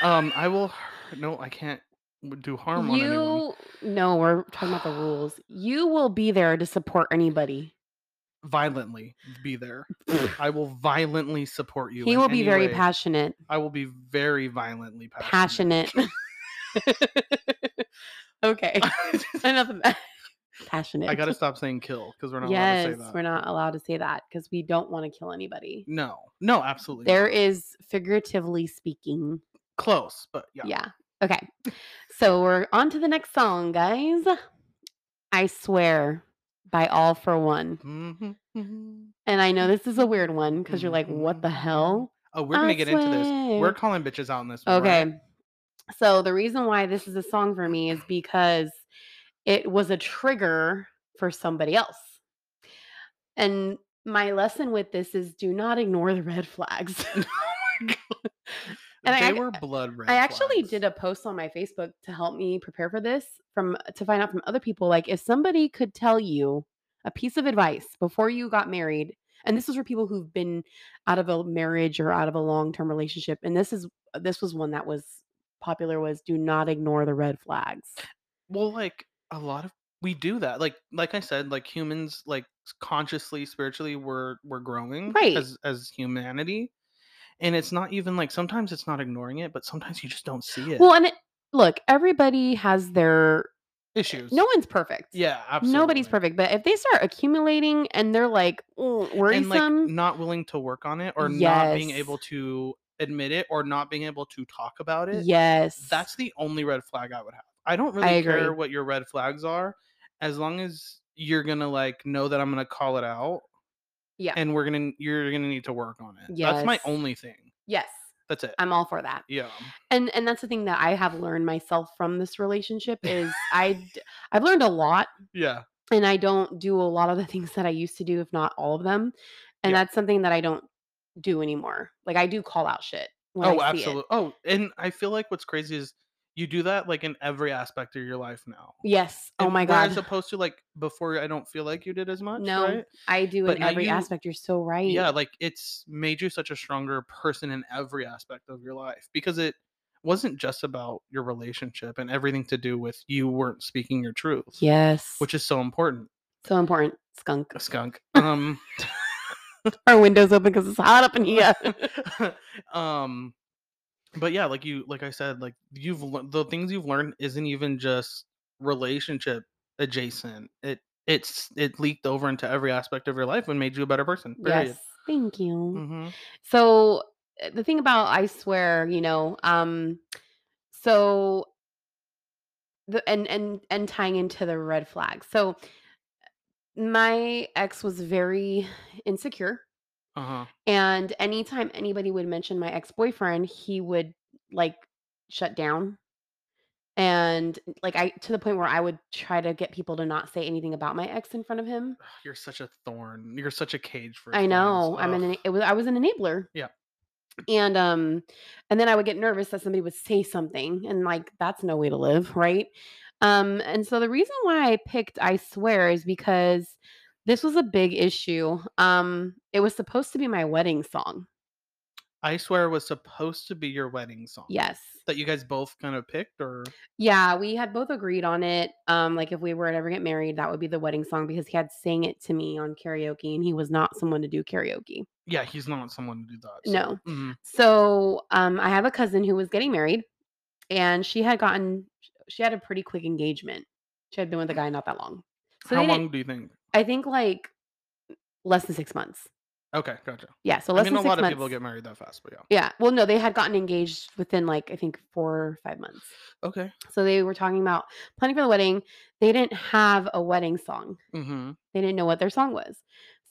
B: um, I will. No, I can't w- do harm on anyone.
A: you no, we're talking about the
B: <sighs>
A: rules. You will be there to support anybody.
B: Violently
A: <laughs>
B: be there. I will violently support you.
A: he
B: in
A: will be
B: any
A: very
B: way.
A: passionate.
B: I will be very violently passionate.
A: Passionate. <laughs> okay. <laughs> Enough of that. Passionate.
B: <laughs> I gotta stop saying kill because we're not
A: yes,
B: allowed to say that.
A: we're not allowed to say that because we don't want to kill anybody.
B: No, no, absolutely.
A: There
B: not.
A: is figuratively speaking.
B: close, but yeah.
A: Yeah. Okay. So we're on to the next song, guys. I swear by all for one.
B: Mhm, mhm.
A: And I know this is a weird one because you're like, what the hell?
B: Oh, we're gonna
A: I
B: get into this.
A: swear.
B: We're calling bitches out in this. one. We're
A: Okay.
B: not-
A: So the reason why this is a song for me is because it was a trigger for somebody else. And my lesson with this is do not ignore the red flags. <laughs> And I
B: they
A: ac-
B: were blood red.
A: I actually did a post on my Facebook to help me prepare for this from to find out from other people like if somebody could tell you a piece of advice before you got married and this was for people who've been out of a marriage or out of a long-term relationship and this is this was one that was popular was do not ignore the red flags.
B: well, like a lot of we do that. Like, like I said, like humans, like s- consciously, spiritually, we're we're growing
A: Right.
B: as as humanity, and it's not even like sometimes it's not ignoring it, but sometimes you just don't see it.
A: Well, and it, look, everybody has their
B: issues.
A: no one's perfect.
B: yeah, absolutely.
A: Nobody's perfect, but if they start accumulating and they're like "Mm,
B: and like
A: worrisome,
B: not willing to work on it or not being
A: Yes.
B: able to admit it or not being able to talk about it
A: yes,
B: that's the only red flag i would have i don't really
A: I
B: care
A: agree.
B: what your red flags are as long as you're gonna like know that i'm gonna call it out
A: yeah,
B: and we're gonna you're gonna need to work on it that's my
A: Yes.
B: only thing
A: yes,
B: that's it
A: I'm all for that.
B: yeah
A: and and that's the thing that i have learned myself from this relationship is i d- i've learned a lot
B: yeah
A: and i don't do a lot of the things that i used to do if not all of them and
B: Yeah.
A: that's something that i don't do anymore like i do call out shit when
B: oh
A: I see it.
B: absolutely oh and i feel like what's crazy is you do that like in every aspect of your life now
A: yes oh
B: And
A: my
B: whereas
A: god
B: opposed to like before i don't feel like you did as much
A: No,
B: right?
A: i do
B: but
A: in
B: now
A: every
B: you-
A: aspect you're so right
B: yeah like it's made you such a stronger person in every aspect of your life because it wasn't just about your relationship and everything to do with you weren't speaking your truth
A: yes
B: which is so important
A: so important skunk
B: skunk
A: <laughs>
B: um
A: our windows open because it's hot up in here
B: <laughs> um but yeah like you like i said like you've lear- the things you've learned isn't even just relationship adjacent. It it's it leaked over into every aspect of your life and made you a better person. Period.
A: Yes. Thank you.
B: hmm
A: So uh, the thing about I swear, you know, um so the and and and tying into the red flag. So my ex was very insecure
B: Uh huh.
A: and anytime anybody would mention my ex-boyfriend, he would like shut down and like I to the point where I would try to get people to not say anything about my ex in front of him.
B: You're such a thorn. You're such a cage for
A: I
B: thorns.
A: know. I'm an
B: Ugh.
A: ena- it was I was an enabler.
B: Yeah.
A: And um and then I would get nervous that somebody would say something and like that's no way to live, right? Um and so the reason why I picked I swear is because this was a big issue. Um it was supposed to be my wedding song.
B: I swear was supposed to be your wedding song.
A: Yes.
B: That you guys both kind of picked or
A: Yeah, we had both agreed on it. Um like if we were to ever get married, that would be the wedding song because he had sang it to me on karaoke and he was not someone to do karaoke.
B: yeah, he's not someone to do that. so-
A: No.
B: Mhm.
A: So um, I have a cousin who was getting married, and she had gotten she had a pretty quick engagement. She had been with a guy not that long. So
B: Mm. How
A: they
B: long
A: didn't,
B: do you think?
A: I think like less than six months.
B: Okay, gotcha.
A: Yeah, so
B: I
A: less
B: mean, a
A: than six
B: lot of
A: months.
B: people get married that fast, but yeah.
A: yeah, well, no, they had gotten engaged within like I think four or five months.
B: Okay.
A: So they were talking about planning for the wedding. They didn't have a wedding song.
B: Mm-hmm.
A: They didn't know what their song was.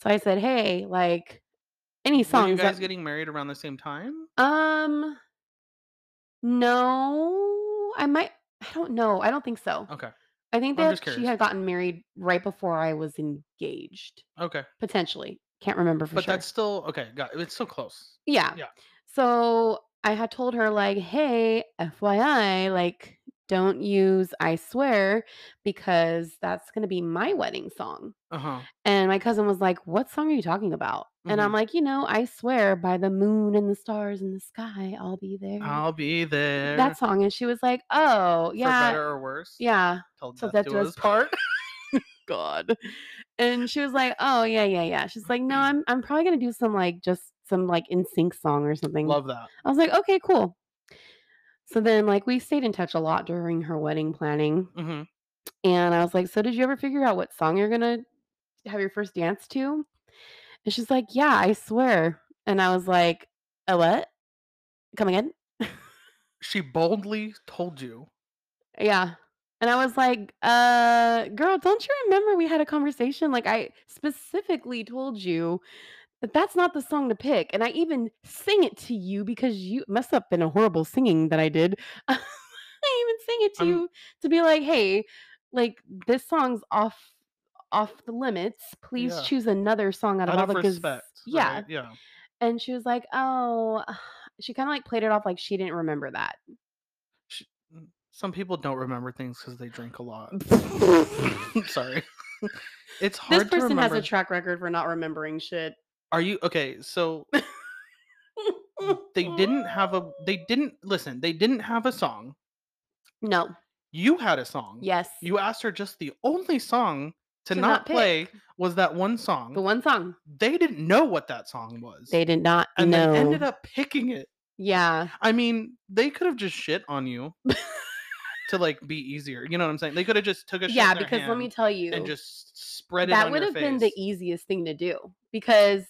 A: So I said, "Hey, like any
B: Were you
A: songs
B: guys
A: that
B: getting married around the same time?
A: Um, no, I might. I don't know. I don't think so.
B: Okay.
A: I think
B: I'm just
A: that she
B: curious.
A: had gotten married right before I was engaged,
B: Okay.
A: potentially. Can't remember for
B: But
A: sure.
B: that's still okay. Got it's still close.
A: yeah.
B: yeah.
A: So I had told her like, "Hey, FYI, like, don't use I swear because that's gonna be my wedding song."
B: Uh huh.
A: And my cousin was like, What song are you talking about? And
B: Mm-hmm.
A: I'm like, You know, I swear by the moon and the stars in the sky, I'll be there.
B: I'll be there.
A: that song. And she was like, Oh,
B: for
A: yeah.
B: better or worse.
A: Yeah.
B: Till
A: So
B: death,
A: that
B: do
A: does
B: us
A: part. <laughs> God. And she was like, Oh, yeah, yeah, yeah. She's like,
B: Mm.
A: No, I'm I'm probably gonna do some like just some like in sync song or something.
B: Love that.
A: I was like, Okay, cool. So then like we stayed in touch a lot during her wedding planning.
B: Mm-hmm.
A: And I was like, So did you ever figure out what song you're gonna have your first dance to? And she's like, Yeah, I swear. And I was like, A what? Come again?
B: She boldly told you.
A: Yeah. And I was like, uh, girl, don't you remember we had a conversation? Like, I specifically told you that that's not the song to pick. And I even sing it to you because you must have been a horrible singing that I did. <laughs> I even sing it to
B: I'm-
A: you to be like, hey, like this song's off off the limits. Please
B: Yeah.
A: choose another song out of
B: Out
A: all
B: of
A: the gaz-
B: respect.
A: Yeah.
B: right? Yeah.
A: And she was like, oh, <sighs> she kind of like played it off like she didn't remember
B: <laughs>
A: that.
B: She, some people don't remember things because they drink
A: <laughs>
B: a lot. <laughs> Sorry. <laughs> it's hard
A: this person
B: to
A: has
B: remember.
A: a track record for not remembering shit.
B: Are you okay?
A: <laughs>
B: So they didn't have a. They didn't listen. They didn't have a song.
A: No.
B: You had a song.
A: Yes.
B: You asked her just the only song to,
A: To
B: not,
A: not
B: play
A: pick.
B: was that one song.
A: the one song
B: they didn't know what that song was.
A: they did not
B: and
A: know.
B: then ended up picking it.
A: yeah.
B: I mean, they could have just shit on
A: <laughs>
B: you to like be easier. You know what I'm saying? They could have just took a shit
A: Yeah,
B: in their
A: because let me
B: hand
A: tell you,
B: and just spread it.
A: that
B: on
A: would
B: your
A: have been the
B: face.
A: easiest thing to do because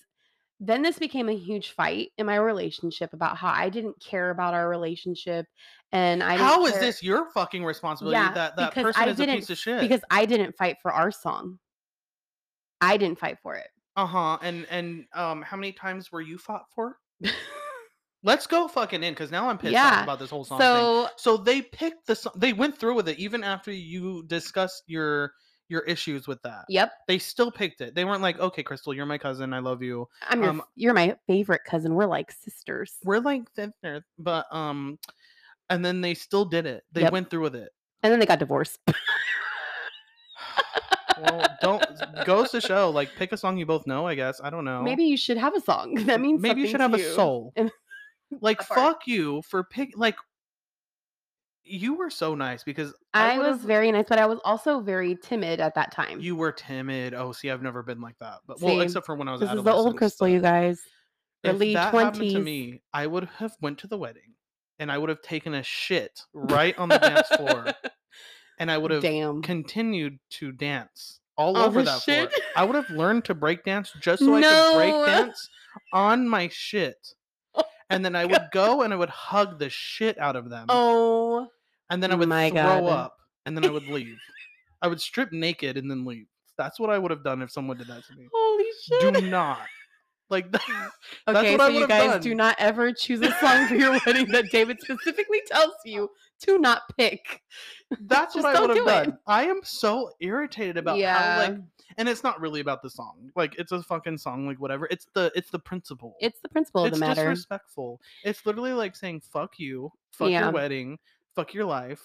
A: then this became a huge fight in my relationship about how I didn't care about our relationship and I didn't
B: How is
A: care-
B: this your fucking responsibility
A: Yeah,
B: that that
A: because
B: person
A: I
B: is a
A: didn't-
B: piece of shit?
A: because I didn't fight for our song. I didn't fight for it.
B: uh huh. And and um, how many times were you fought
A: <laughs>
B: for? Let's go fucking in because now I'm pissed
A: Yeah,
B: off about this whole song. thing.
A: so
B: so they picked the song. They went through with it even after you discussed your your issues with that.
A: yep,
B: They still picked it. They weren't like, okay, Crystal, you're my cousin. I love you.
A: I'm your
B: Um,
A: f- you're my favorite cousin. We're like sisters.
B: we're like thinner, but um, and then they still did it. They
A: Yep.
B: went through with it.
A: And then they got divorced.
B: Well, don't goes to show like pick a song you both know. I guess I don't know.
A: Maybe you should have a song. <laughs> That means
B: maybe you
A: something
B: should
A: to
B: have a soul.
A: And-
B: <laughs> like
A: That part.
B: fuck you for pick like. You were so nice because
A: I
B: would've-
A: was very nice, but I was also very timid at that time.
B: you were timid. Oh, see, I've never been like that. But well,
A: See,
B: except for when I was
A: this is the
B: adolescent,
A: old Crystal,
B: but-
A: you guys.
B: if
A: Early
B: that happened to
A: 20s.
B: me, I would
A: <laughs>
B: have went to the wedding and I would have taken a shit right on the dance floor and I would have
A: Damn.
B: continued to dance all
A: Oh,
B: over that floor.
A: shit.
B: I would have learned to break dance
A: <laughs>
B: just so I could
A: No.
B: break dance on my shit.
A: Oh
B: And then I would go and I would hug the shit out of them.
A: <laughs> Oh,
B: and then I would
A: my
B: throw
A: God.
B: up and then I would leave. I would strip naked and then leave. That's what I would have done if someone did that to me.
A: holy shit. <laughs>
B: Do not. Like <laughs> that's
A: okay,
B: what
A: so
B: I
A: you
B: would've
A: guys
B: done.
A: do not ever choose a song for
B: <laughs>
A: your wedding that David specifically tells you to not pick.
B: that's what
A: Just
B: I
A: don't
B: would have
A: do it.
B: done. I am so irritated about how like and it's not really about the song. Like it's a fucking song, like whatever. It's the it's the principle.
A: it's the principle of
B: it's
A: the matter.
B: disrespectful. It's literally like saying "fuck you," "fuck
A: Yeah.
B: your wedding," "fuck your life."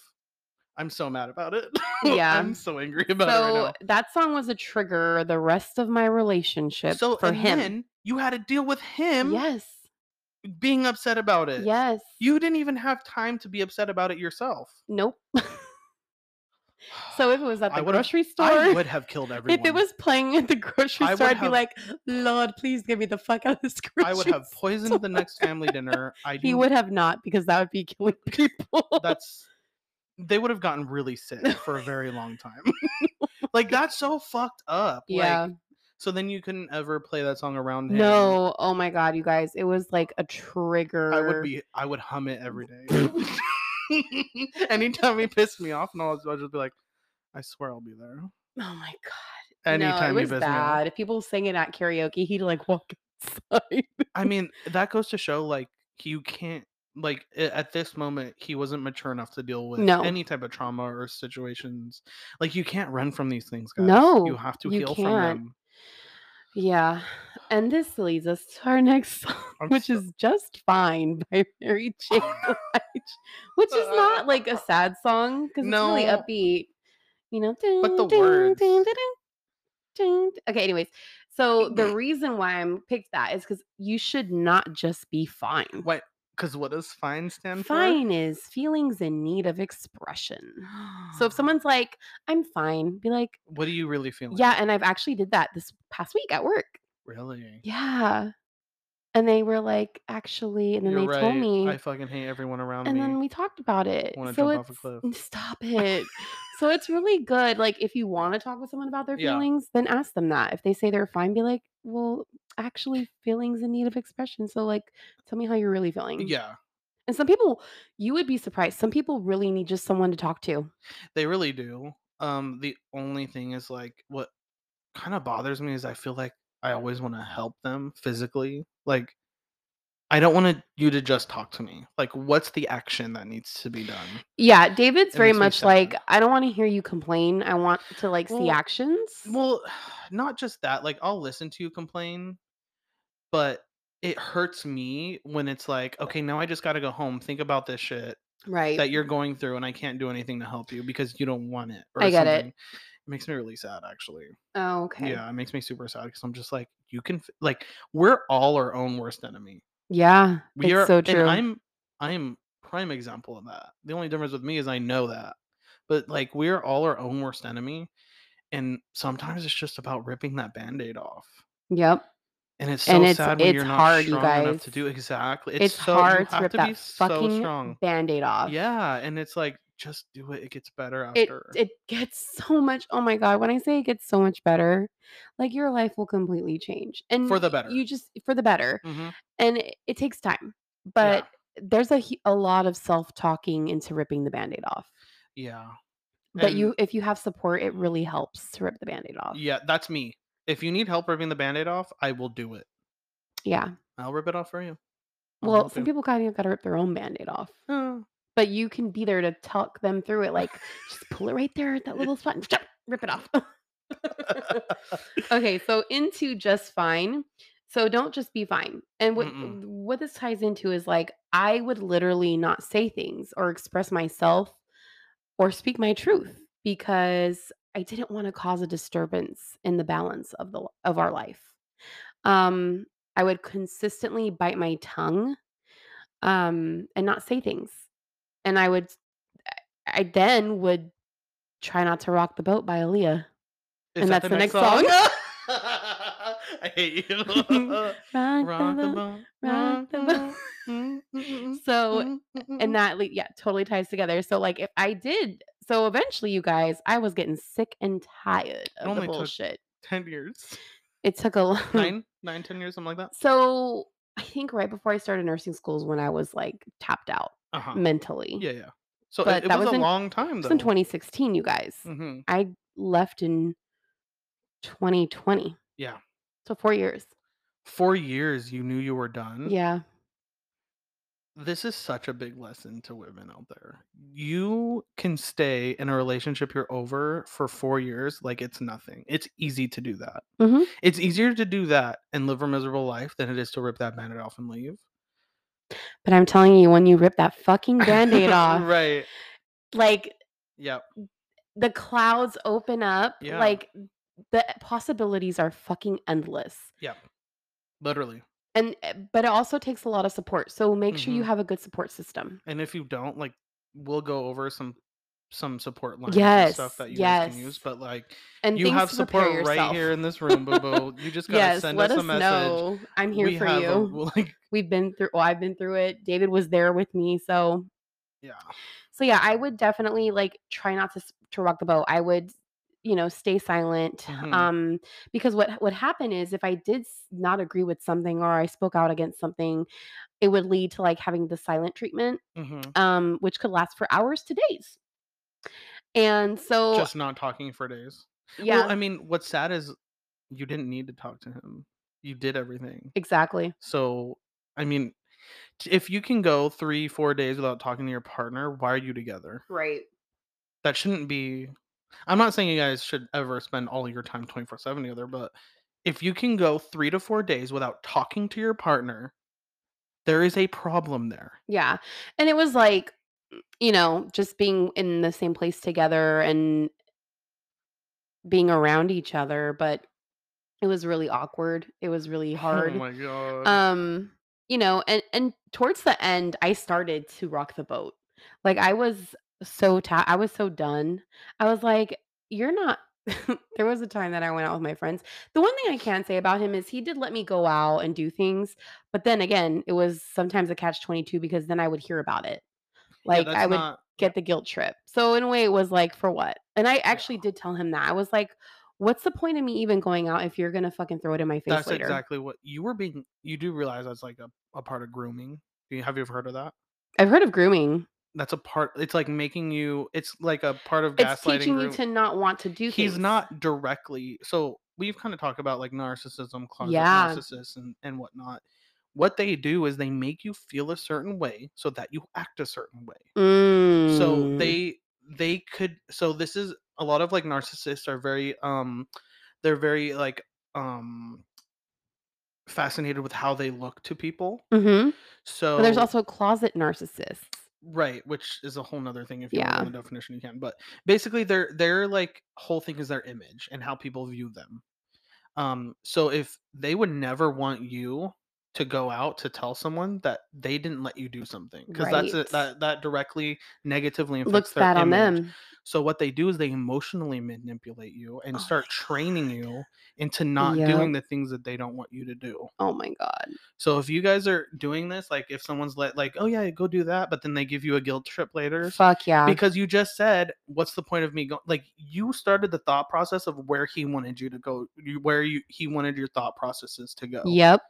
B: I'm so mad about it. <laughs>
A: Yeah.
B: I'm so angry about it
A: So
B: right
A: that song was a trigger the rest of my
B: now.
A: relationship
B: So
A: for
B: and
A: him.
B: then you had to deal with him
A: yes.
B: being upset about it.
A: Yes.
B: you didn't even have time to be upset about it yourself.
A: Nope.
B: <sighs>
A: So if it was at
B: I
A: the
B: would've-
A: grocery store,
B: I would have killed everyone.
A: <laughs> if it was playing at the grocery
B: I would
A: store, I'd be
B: have-
A: like, "Lord, please get me the fuck out of this grocery."
B: I would
A: <laughs>
B: have
A: store."
B: poisoned the next family dinner. I
A: He
B: do-
A: would have not, because that would be killing <laughs> people.
B: <laughs> that's they would have gotten really sick for a very long time. <laughs>
A: <laughs>
B: like that's so fucked up. Like,
A: yeah.
B: So then you couldn't ever play that song around him.
A: No. Oh my god, you guys, it was like a trigger.
B: I would be. I would hum it
A: <laughs>
B: every day. <laughs> Anytime he pissed me off, and all, I'd just be like, "I swear I'll be there."
A: Oh my god.
B: Anytime
A: no, it was
B: he pissed me off.
A: bad. If people sang it at karaoke, he'd like walk <laughs> outside.
B: <sighs> I mean, that goes to show like you can't like a- at this moment he wasn't mature enough to deal with
A: No.
B: any type of trauma or situations. Like you can't run from these things, guys.
A: No,
B: you have to
A: you
B: heal from
A: can't.
B: them.
A: Yeah. And this leads us to our next song,
B: I'm
A: which
B: so-
A: is Just Fine <laughs> by
B: <laughs>
A: Mary J. Blige, which is not like a sad song because it's
B: No.
A: really upbeat. You know,
B: But
A: dun,
B: the
A: dun,
B: words.
A: dun, dun, dun, dun. Okay, anyways. So
B: <clears throat>
A: the reason why I'm picked that is because you should not just be fine.
B: What? Because what does fine stand for?
A: Fine is feelings in need of expression. So
B: <gasps> Ah.
A: if someone's like, I'm fine, be like,
B: what do you really feel?
A: yeah, and I've actually did that this past week at work.
B: really.
A: Yeah. And they were like, actually, and then
B: You're
A: they
B: right.
A: told me,
B: I fucking hate everyone around
A: and
B: me.
A: then we talked about it.
B: wanna
A: So
B: jump off a
A: it's
B: cliff.
A: n- <laughs> stop it. so it's really good. Like if you want to talk with someone about their
B: Yeah.
A: feelings, then ask them that. If they say they're fine, be like, well, actually, feelings in need of expression. So like, tell me how you're really feeling.
B: yeah,
A: And some people, you would be surprised. Some people really need just someone to talk to.
B: they really do. Um, the only thing is like what kind of bothers me is I feel like I always want to help them physically. Like I don't want to, you to just talk to me. Like, what's the action that needs to be done?
A: Yeah, David's
B: It
A: very
B: makes me
A: much like,
B: sad.
A: I don't want to hear you complain. I want to like see
B: Well,
A: actions.
B: Well, <sighs> not just that. Like, I'll listen to you complain, but it hurts me when it's like, okay, now I just got to go home, think about this shit,
A: right.
B: that you're going through and I can't do anything to help you because you don't want it. Or
A: I get it.
B: It makes me really sad actually.
A: oh, okay.
B: Yeah, it makes me super sad because I'm just like, you can f- like we're all our own worst enemy.
A: Yeah,
B: We
A: it's
B: are
A: so
B: and
A: true.
B: I'm I'm prime example of that. The only difference with me is I know that. But like we're all our own worst enemy. And sometimes it's just about ripping that band-aid off.
A: yep.
B: And it's so
A: And it's-
B: sad when you're
A: it's
B: not
A: hard, you
B: strong enough to
A: guys.
B: do exactly.
A: It's,
B: so, you
A: hard to
B: have
A: rip
B: to be
A: that
B: so
A: fucking
B: strong.
A: band-aid off.
B: Yeah, and it's like just do it. It gets better
A: It
B: after.
A: it gets so much. Oh my god, when I say it gets so much better, like your life will completely change. And
B: the
A: y-
B: better.
A: You just for the better.
B: Mhm.
A: And it, it takes time. But there's a hu- a lot of self-talking into ripping the band-aid off.
B: yeah,
A: But
B: And-
A: you if you have support, it really helps to rip the band-aid off.
B: yeah, that's me. If you need help ripping the band-aid off, I will do it.
A: Yeah.
B: I'll rip it off for you. I'll
A: Well,
B: help
A: some
B: you.
A: people kind of got to rip their own band-aid off.
B: Uh,
A: but you can be there to talk them through it. Like, just pull it right there at that little spot and rip it off. <laughs>
B: <laughs>
A: okay, so into just fine. So don't just be fine. And what
B: Mm-mm.
A: what this ties into is like I would literally not say things or express myself or speak my truth because I didn't want to cause a disturbance in the balance of the of our life. Um, I would consistently bite my tongue um, and not say things. And I would, I then would try not to rock the boat by Aaliyah.
B: is
A: And
B: that
A: that's the next
B: <laughs>
A: <laughs>
B: I hate you. <laughs>
A: Rock the
B: rock the
A: boat,
B: boat,
A: rock the <laughs> boat.
B: boat.
A: So,
B: Mm, mm, mm, mm.
A: and that, le- yeah, totally ties together. So, like, if I did So eventually, you guys, I was getting sick and tired of
B: only
A: the
B: took-
A: bullshit.
B: Ten
A: <laughs>
B: years,
A: It took a long.
B: <laughs>
A: <laughs>
B: nine, nine, ten years, something like that.
A: So I think right before I started nursing schools, when I was like tapped out
B: Uh huh.
A: mentally.
B: Yeah, yeah. So
A: But
B: it, it
A: that
B: was,
A: was
B: a
A: in-
B: long time
A: It
B: though.
A: was in 2016, you guys.
B: Mm-hmm.
A: I left in 2020.
B: Yeah.
A: So four years.
B: Four years, you knew you were done.
A: Yeah.
B: This is such a big lesson to women out there. You can stay in a relationship you're over for four years like it's nothing. It's easy to do that.
A: Mhm.
B: It's easier to do that and live a miserable life than it is to rip that bandit off and leave.
A: But I'm telling you, when you rip that fucking band
B: <laughs>
A: aid off,
B: right.
A: like
B: Yep.
A: the clouds open up.
B: Yeah.
A: Like the possibilities are fucking endless.
B: Literally.
A: And uh, but it also takes a lot of support. So make sure you
B: Mhm.
A: have a good support system.
B: And if you don't, like we'll go over some some support lines and
A: Yes,
B: stuff that you guys can use.
A: yes.
B: But like
A: And
B: you
A: things
B: have
A: to prepare
B: support right
A: yourself.
B: here in this room, boo boo.
A: <laughs>
B: You just gotta
A: yes,
B: send
A: let
B: us
A: us,
B: a message.
A: know. I'm here
B: we
A: for
B: have
A: you.
B: A, well, <laughs> like
A: We've been through. Well, I've been through it. David was there with me. So
B: yeah,
A: so yeah, I would definitely like try not to s- to rock the boat. I would you know stay silent
B: Mhm.
A: um because what would happen is if i did s- not agree with something or i spoke out against something it would lead to like having the silent treatment
B: hmm
A: um which could last for hours to days and so
B: just not talking for days.
A: yeah
B: Well, I mean, what's sad is you didn't need to talk to him. You did everything.
A: E exactly
B: So, I mean, t- if you can go three, four days without talking to your partner, why are you together?
A: right
B: That shouldn't be. I'm not saying you guys should ever spend all your time 24 7 together, but if you can go three to four days without talking to your partner, there is a problem there.
A: yeah and it was like you know just being in the same place together and being around each other but it was really awkward it was really hard
B: Oh my god.
A: um you know and and towards the end i started to rock the boat like i was so ta- i was so done i was like you're not <laughs> there was a time that i went out with my friends the one thing i can say about him is he did let me go out and do things but then again it was sometimes a catch 22 because then i would hear about it
B: Yeah,
A: like
B: that's
A: i would
B: not-
A: get the guilt trip so in a way it was like for what and i actually did tell him that i was like what's the point of me even going out if you're gonna fucking throw it in my face
B: That's
A: later
B: exactly what you were being. You do realize that's like a, a part of grooming. Do you, have you ever heard of that?
A: i've heard of grooming
B: That's a part. It's like making you. It's like a part of gaslighting.
A: it's teaching you
B: groom-
A: to not want to do
B: He's
A: things.
B: not directly. So we've kind of talked about like narcissism, closet
A: Yeah.
B: narcissists, and and whatnot. What they do is they make you feel a certain way so that you act a certain way. so
A: Mm,
B: they they could so this is a lot of like narcissists are very um they're very like um fascinated with how they look to people
A: mhm.
B: so
A: But there's also closet narcissists.
B: right which is a whole nother thing if you want to
A: Yeah.
B: go into definition you can but basically their their like whole thing is their image and how people view them um so if they would never want you to go out to tell someone that they didn't let you do something because that's
A: Right.
B: it that that directly negatively affects
A: Looks
B: their
A: bad on
B: image.
A: them.
B: So what they do is they emotionally manipulate you and
A: Oh my
B: start training you into not
A: Yep.
B: doing the things that they don't want you to do.
A: Oh my god.
B: So if you guys are doing this, like if someone's let like, oh yeah, go do that, but then they give you a guilt trip later
A: Fuck yeah.
B: because you just said, what's the point of me going? Like you started the thought process of where he wanted you to go, you- where you he wanted your thought processes to go.
A: Yep.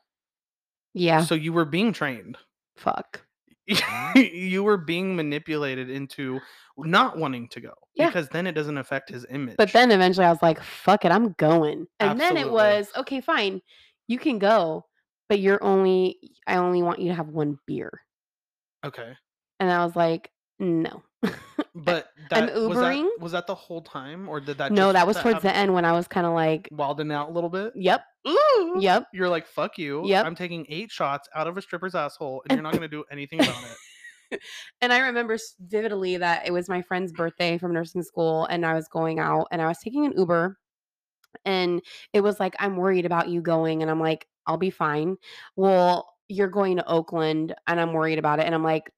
A: Yeah.
B: So you were being trained. <laughs>
A: Fuck.
B: you were being manipulated into not wanting to go
A: Yeah.
B: because then it doesn't affect his image.
A: But then eventually I was like, fuck it, I'm going. And then
B: Absolutely.
A: it was, okay, fine. You can go, but you're only I only want you to have one beer.
B: okay.
A: And I was like, no.
B: But
A: I'm
B: that, was that
A: Ubering.
B: was that the whole time, or did that?
A: no,
B: just-
A: that was towards the
B: happened
A: end when I was kind of like,
B: Wilding out a little bit.
A: yep,
B: Ooh.
A: yep.
B: You're like, fuck you.
A: Yep.
B: I'm taking eight shots out of a stripper's asshole, and
A: <laughs>
B: you're not gonna do anything about it.
A: and I remember s- vividly that it was my friend's birthday from nursing school, and I was going out and I was taking an Uber, and it was like, I'm worried about you going. And I'm like, I'll be fine. Well, you're going to Oakland, and I'm worried about it. And I'm like,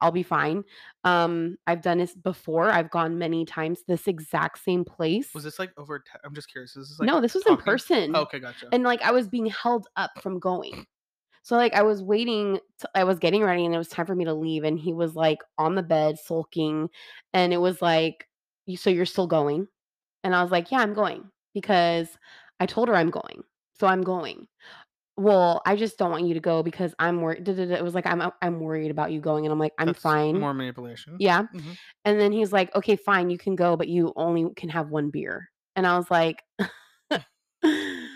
A: I'll be fine. Um, I've done this before. I've gone many times this exact same place.
B: Was this like over? Te- I'm just curious. Is this like
A: no, this was in
B: talking?
A: person
B: Oh, okay, gotcha.
A: and like I was being held up from going. So like I was waiting, t- I was getting ready, and it was time for me to leave, and he was like on the bed sulking, and it was like you so you're still going and i was like yeah i'm going because i told her i'm going so i'm going well i just don't want you to go because i'm worried it was like i'm i'm worried about you going and i'm like i'm
B: That's
A: fine
B: More manipulation.
A: yeah
B: Mhm.
A: and then he's like okay fine you can go but you only can have one beer and i was like <laughs> "Mm,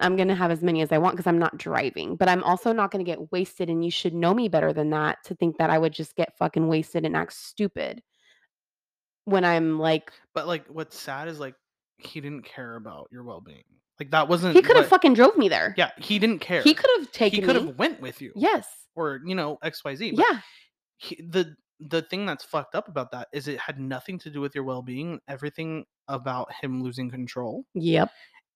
A: i'm gonna have as many as i want because i'm not driving but i'm also not gonna get wasted and you should know me better than that to think that i would just get fucking wasted and act stupid when i'm
B: <laughs>
A: like
B: But like, what's sad is like he didn't care about your well being. Like that wasn't.
A: he could have
B: what-
A: fucking drove me there
B: Yeah, he didn't care.
A: he could have taken
B: He could
A: me
B: have went with you.
A: yes
B: Or you know X Y Z. but
A: yeah
B: he- the the thing that's fucked up about that is it had nothing to do with your well being. Everything about him losing control
A: yep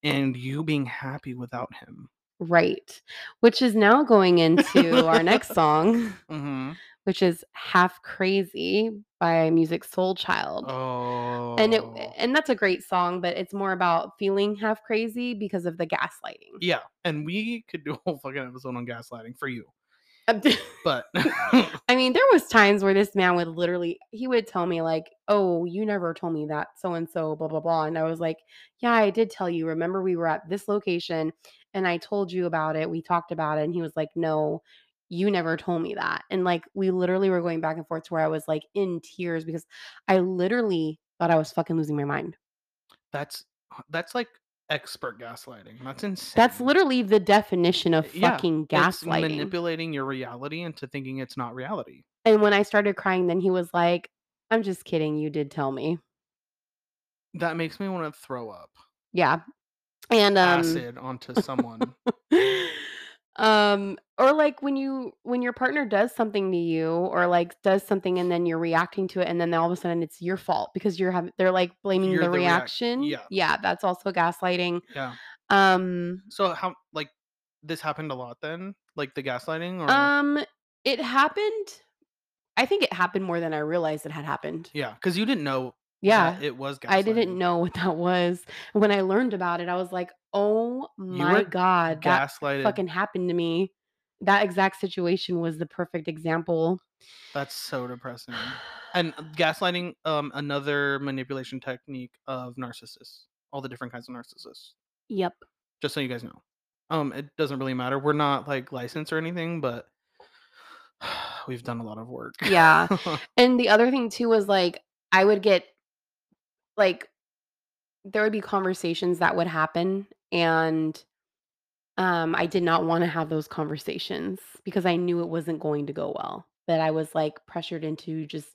B: and you being happy without him.
A: right which is now
B: <laughs>
A: going into our next song
B: Mm-hmm.
A: which is half crazy by music soul child
B: Oh.
A: and it and that's a great song but it's more about feeling half crazy because of the gaslighting
B: yeah, and we could do a whole fucking episode on gaslighting for you,
A: <laughs> Um,
B: but <laughs>
A: i mean there was times where this man would literally he would tell me like oh you never told me that so and so blah blah blah and i was like yeah i did tell you remember we were at this location and i told you about it we talked about it and he was like no you never told me that and like we literally were going back and forth to where i was like in tears because i literally thought i was fucking losing my mind
B: that's that's like expert gaslighting. That's insane.
A: that's literally the definition of
B: Yeah,
A: fucking
B: It's
A: gaslighting
B: manipulating your reality into thinking it's not reality.
A: And when I started crying, then he was like, I'm just kidding. You did tell me.
B: That makes me want to throw up
A: Yeah. And um,
B: acid onto someone.
A: <laughs> um, or like when you when your partner does something to you, or like does something and then you're reacting to it, and then all of a sudden it's your fault because you're having they're like blaming the,
B: You're the reac-
A: reaction.
B: yeah.
A: yeah, that's also gaslighting.
B: yeah.
A: Um,
B: So how like this happened a lot then? Like the gaslighting or
A: um, it happened. I think it happened more than I realized it had happened.
B: yeah, because you didn't know.
A: Yeah,
B: that it was. Gaslighting.
A: I didn't know what that was. When I learned about it, I was like, "Oh my
B: were
A: god, that
B: Gaslighted.
A: fucking happened to me." That exact situation was the perfect example.
B: That's so depressing.
A: Mm-hmm.
B: And gaslighting, um, another manipulation technique of narcissists. All the different kinds of narcissists. <laughs>
A: yep.
B: just so you guys know. Um, it doesn't really matter. We're not like licensed or anything, but <sighs> we've done a lot of work. <laughs>
A: Yeah. And the other thing too was like I would get like there would be conversations that would happen and um I did not want to have those conversations because I knew it wasn't going to go well. But I was like pressured into just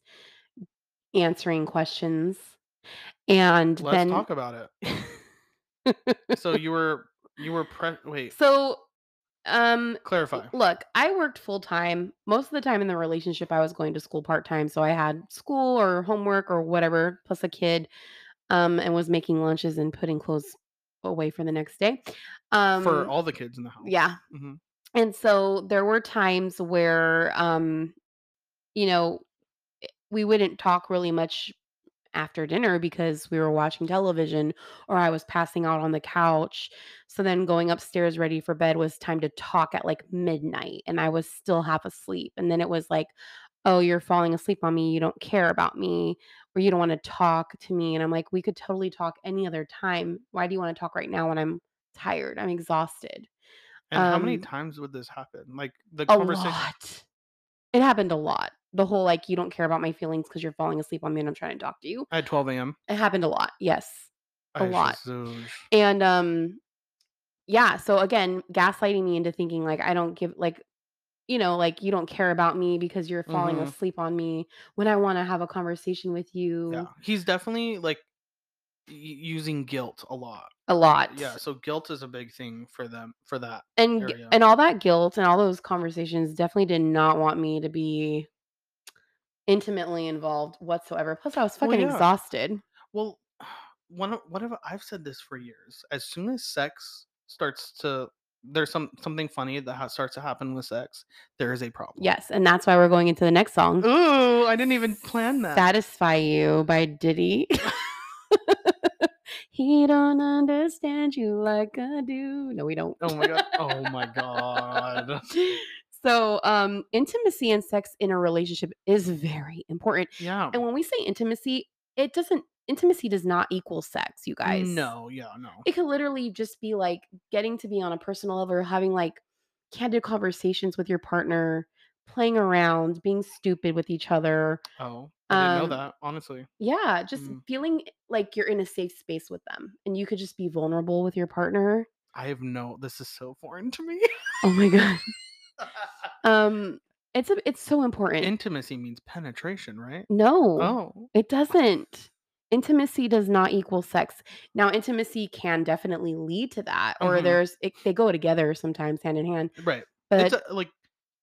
A: answering questions. And
B: Let's
A: then
B: talk about
A: <laughs>
B: it. So you were you were pre- wait
A: so um
B: clarify.
A: Look, I worked full time. Most of the time in the relationship, I was going to school part time. So I had school or homework or whatever, plus a kid, um, and was making lunches and putting clothes away for the next day. Um,
B: for all the kids in the house.
A: yeah.
B: Mhm.
A: And so there were times where, um, you know, i- we wouldn't talk really much after dinner because we were watching television or I was passing out on the couch. So then going upstairs ready for bed was time to talk at like midnight and I was still half asleep. And then it was like, oh, you're falling asleep on me. You don't care about me or you don't want to talk to me. And I'm like, we could totally talk any other time. Why do you want to talk right now when I'm tired? I'm exhausted.
B: And how many
A: um,
B: times would this happen? Like the
A: A
B: conversation.
A: lot. It happened a lot. The whole like, you don't care about my feelings because you're falling asleep on me and I'm trying to talk to you.
B: At 12 a.m.
A: It happened a lot. Yes. A
B: Ay,
A: lot.
B: Jesus.
A: And um yeah, so again, gaslighting me into thinking like I don't give like you know, like you don't care about me because you're falling
B: Mhm.
A: asleep on me when I want to have a conversation with you
B: Yeah, he's definitely like y- using guilt a lot.
A: a lot.
B: Yeah, so guilt is a big thing for them for that.
A: And g-
B: area.
A: and all that guilt and all those conversations definitely did not want me to be intimately involved whatsoever. Plus I was
B: Well,
A: fucking
B: yeah.
A: exhausted.
B: Well, <sighs> one of what have I've said this for years. As soon as sex starts to there's some something funny that ha- starts to happen with sex, there is a problem.
A: Yes, and that's why we're going into the next song.
B: Ooh, I didn't even plan that.
A: Satisfy You by Diddy. <laughs> he don't understand you like I do. No, we don't.
B: oh my god. Oh my
A: <laughs>
B: god.
A: so, um, intimacy and sex in a relationship is very important.
B: Yeah.
A: And when we say intimacy, it doesn't intimacy does not equal sex, you guys.
B: No, yeah, no.
A: It could literally just be like getting to be on a personal level, having like candid conversations with your partner, playing around, being stupid with each other.
B: Oh, I didn't know
A: um,
B: that. Honestly,
A: Yeah, just
B: Mm.
A: feeling like you're in a safe space with them and you could just be vulnerable with your partner.
B: I have no. This is so foreign to me. <laughs>
A: Oh my god. Um it's a, it's so important.
B: Intimacy means penetration, right?
A: no.
B: Oh,
A: It doesn't. Intimacy does not equal sex. Now, intimacy can definitely lead to that, or
B: Mhm.
A: there's it, they go together sometimes hand in hand.
B: right.
A: But
B: it's a, like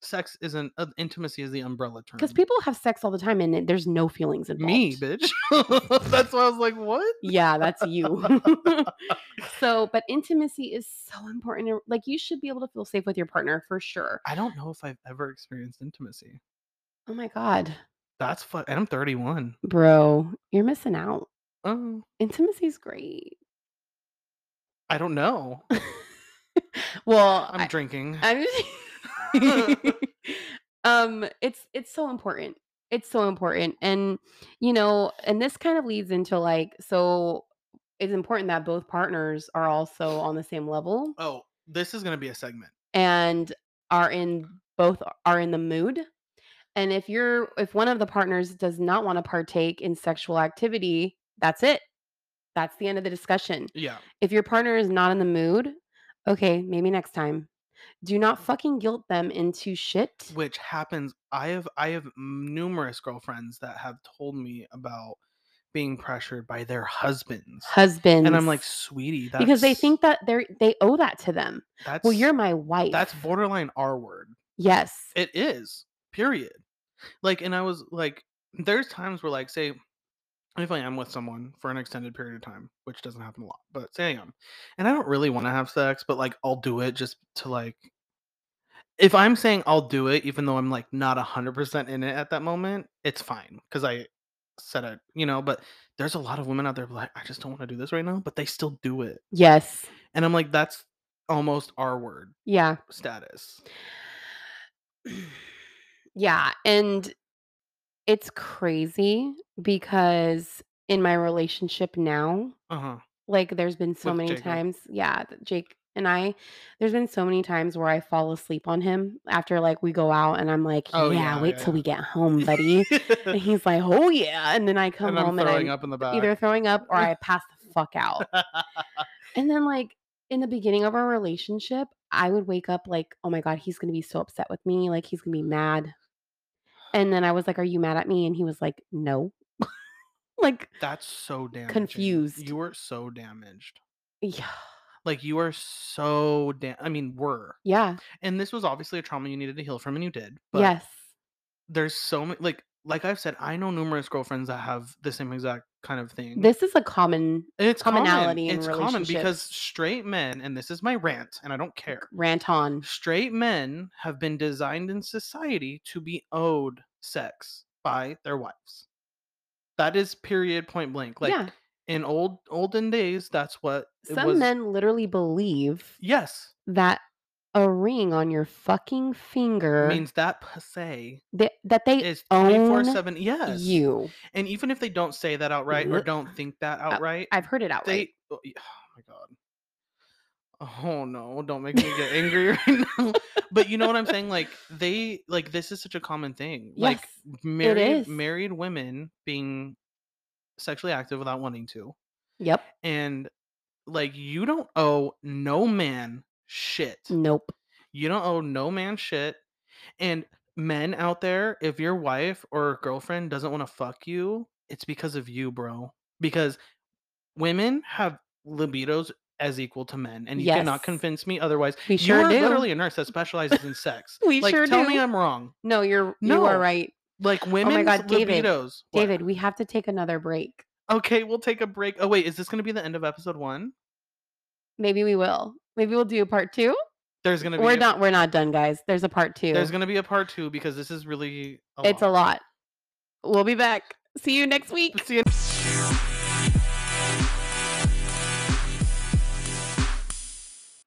B: sex isn't uh, intimacy is the umbrella term.
A: because people have sex all the time and it, there's no feelings involved.
B: Mm. me, bitch. <laughs> That's why I was like, what?
A: yeah, that's
B: <laughs>
A: you. <laughs> so, but intimacy is so important. and, Like you should be able to feel safe with your partner for sure.
B: I don't know if I've ever experienced intimacy.
A: Oh my god,
B: That's fun. And I'm 31.
A: bro, you're missing out.
B: Oh,
A: Intimacy is great.
B: I
A: <laughs>
B: don't know.
A: well,
B: I'm
A: I-
B: drinking.
A: <laughs> I'm <laughs> um it's it's so important. It's so important. And you know, and this kind of leads into like so it's important that both partners are also on the same level
B: oh, this is gonna be a segment.
A: and are in both are in the mood. And if you're if one of the partners does not want to partake in sexual activity, that's it. That's the end of the discussion
B: Yeah.
A: if your partner is not in the mood, okay, maybe next time. Do not
B: Mm.
A: fucking guilt them into shit.
B: which happens i have i have numerous girlfriends that have told me about being pressured by their husbands
A: Husbands.
B: and i'm like sweetie that's
A: because they think that they are they owe that to them.
B: that's
A: Well, you're my wife.
B: that's borderline r word
A: yes.
B: it is period like and i was like there's times where like say if i am with someone for an extended period of time which doesn't happen a lot but say i am and i don't really want to have sex but like i'll do it just to like if i'm saying i'll do it even though i'm like not 100% in it at that moment it's fine because i said it you know but there's a lot of women out there like i just don't want to do this right now but they still do it
A: Yes.
B: and i'm like that's almost r word
A: Yeah.
B: status
A: yeah. And it's crazy because in my relationship now,
B: uh-huh <laughs>
A: like there's been so
B: With
A: many
B: Jacob.
A: times yeah th- jake and i there's been so many times where i fall asleep on him after like we go out and i'm like
B: Oh,
A: yeah,
B: yeah,
A: wait
B: yeah,
A: till
B: yeah.
A: we get
B: <laughs>
A: home buddy and he's like oh yeah and then i come
B: and
A: home
B: I'm throwing
A: and i'm
B: up in the back.
A: either throwing up or i pass
B: <laughs>
A: the fuck out and then like in the beginning of our relationship i would wake up like oh my god he's gonna be so upset with me like he's gonna be mad and then i was like are you mad at me and he was like no <laughs> like
B: That's so damaging.
A: Confused.
B: You are so damaged.
A: yeah
B: Like you are so damn. I mean, were.
A: yeah
B: And this was obviously a trauma you needed to heal from, and you did. But
A: yes
B: there's so many. Like, like I've said, I know numerous girlfriends that have the same exact kind of thing.
A: this is a common
B: And it's common.
A: commonality in
B: It's common because
A: relationships.
B: straight men, and this is my rant, and I don't care.
A: rant on.
B: Straight men have been designed in society to be owed sex by their wives. That is period point blank. Like
A: yeah,
B: in old olden days that's what it
A: some
B: was-
A: men literally believe
B: yes
A: that a ring on your fucking finger
B: means that passe
A: that, that they
B: is 24
A: own
B: 7 yes
A: you.
B: and even if they don't say that outright or
A: Look,
B: don't think that outright
A: I've heard it out.
B: they oh y- oh my god oh no don't make me get angry <laughs> right now but you know what i'm saying like they like this is such a common thing like
A: Yes,
B: married
A: is.
B: married women being sexually active without wanting to
A: Yep.
B: and like you don't owe no man shit
A: Nope.
B: You don't owe no man shit. And men out there, if your wife or girlfriend doesn't want to fuck you, it's because of you, bro. Because women have libidos as equal to men, and you cannot
A: Yes.
B: convince me otherwise.
A: We sure
B: you are
A: do.
B: literally a nurse that specializes in sex.
A: <laughs> we
B: like,
A: sure
B: tell
A: do.
B: me I'm wrong.
A: no, you're you
B: No.
A: are right,
B: Like women's
A: God, David.
B: libidos. What?
A: David. We have to take another break.
B: Okay, we'll take a break. Oh wait, is this going to be the end of episode one?
A: Maybe we will. Maybe we'll do a part two.
B: There's going to be
A: We're
B: a-
A: not. We're not done, guys. There's a part two.
B: There's going to be a part two because this is really.
A: it's a lot. We'll be back. See you next week.
B: See you.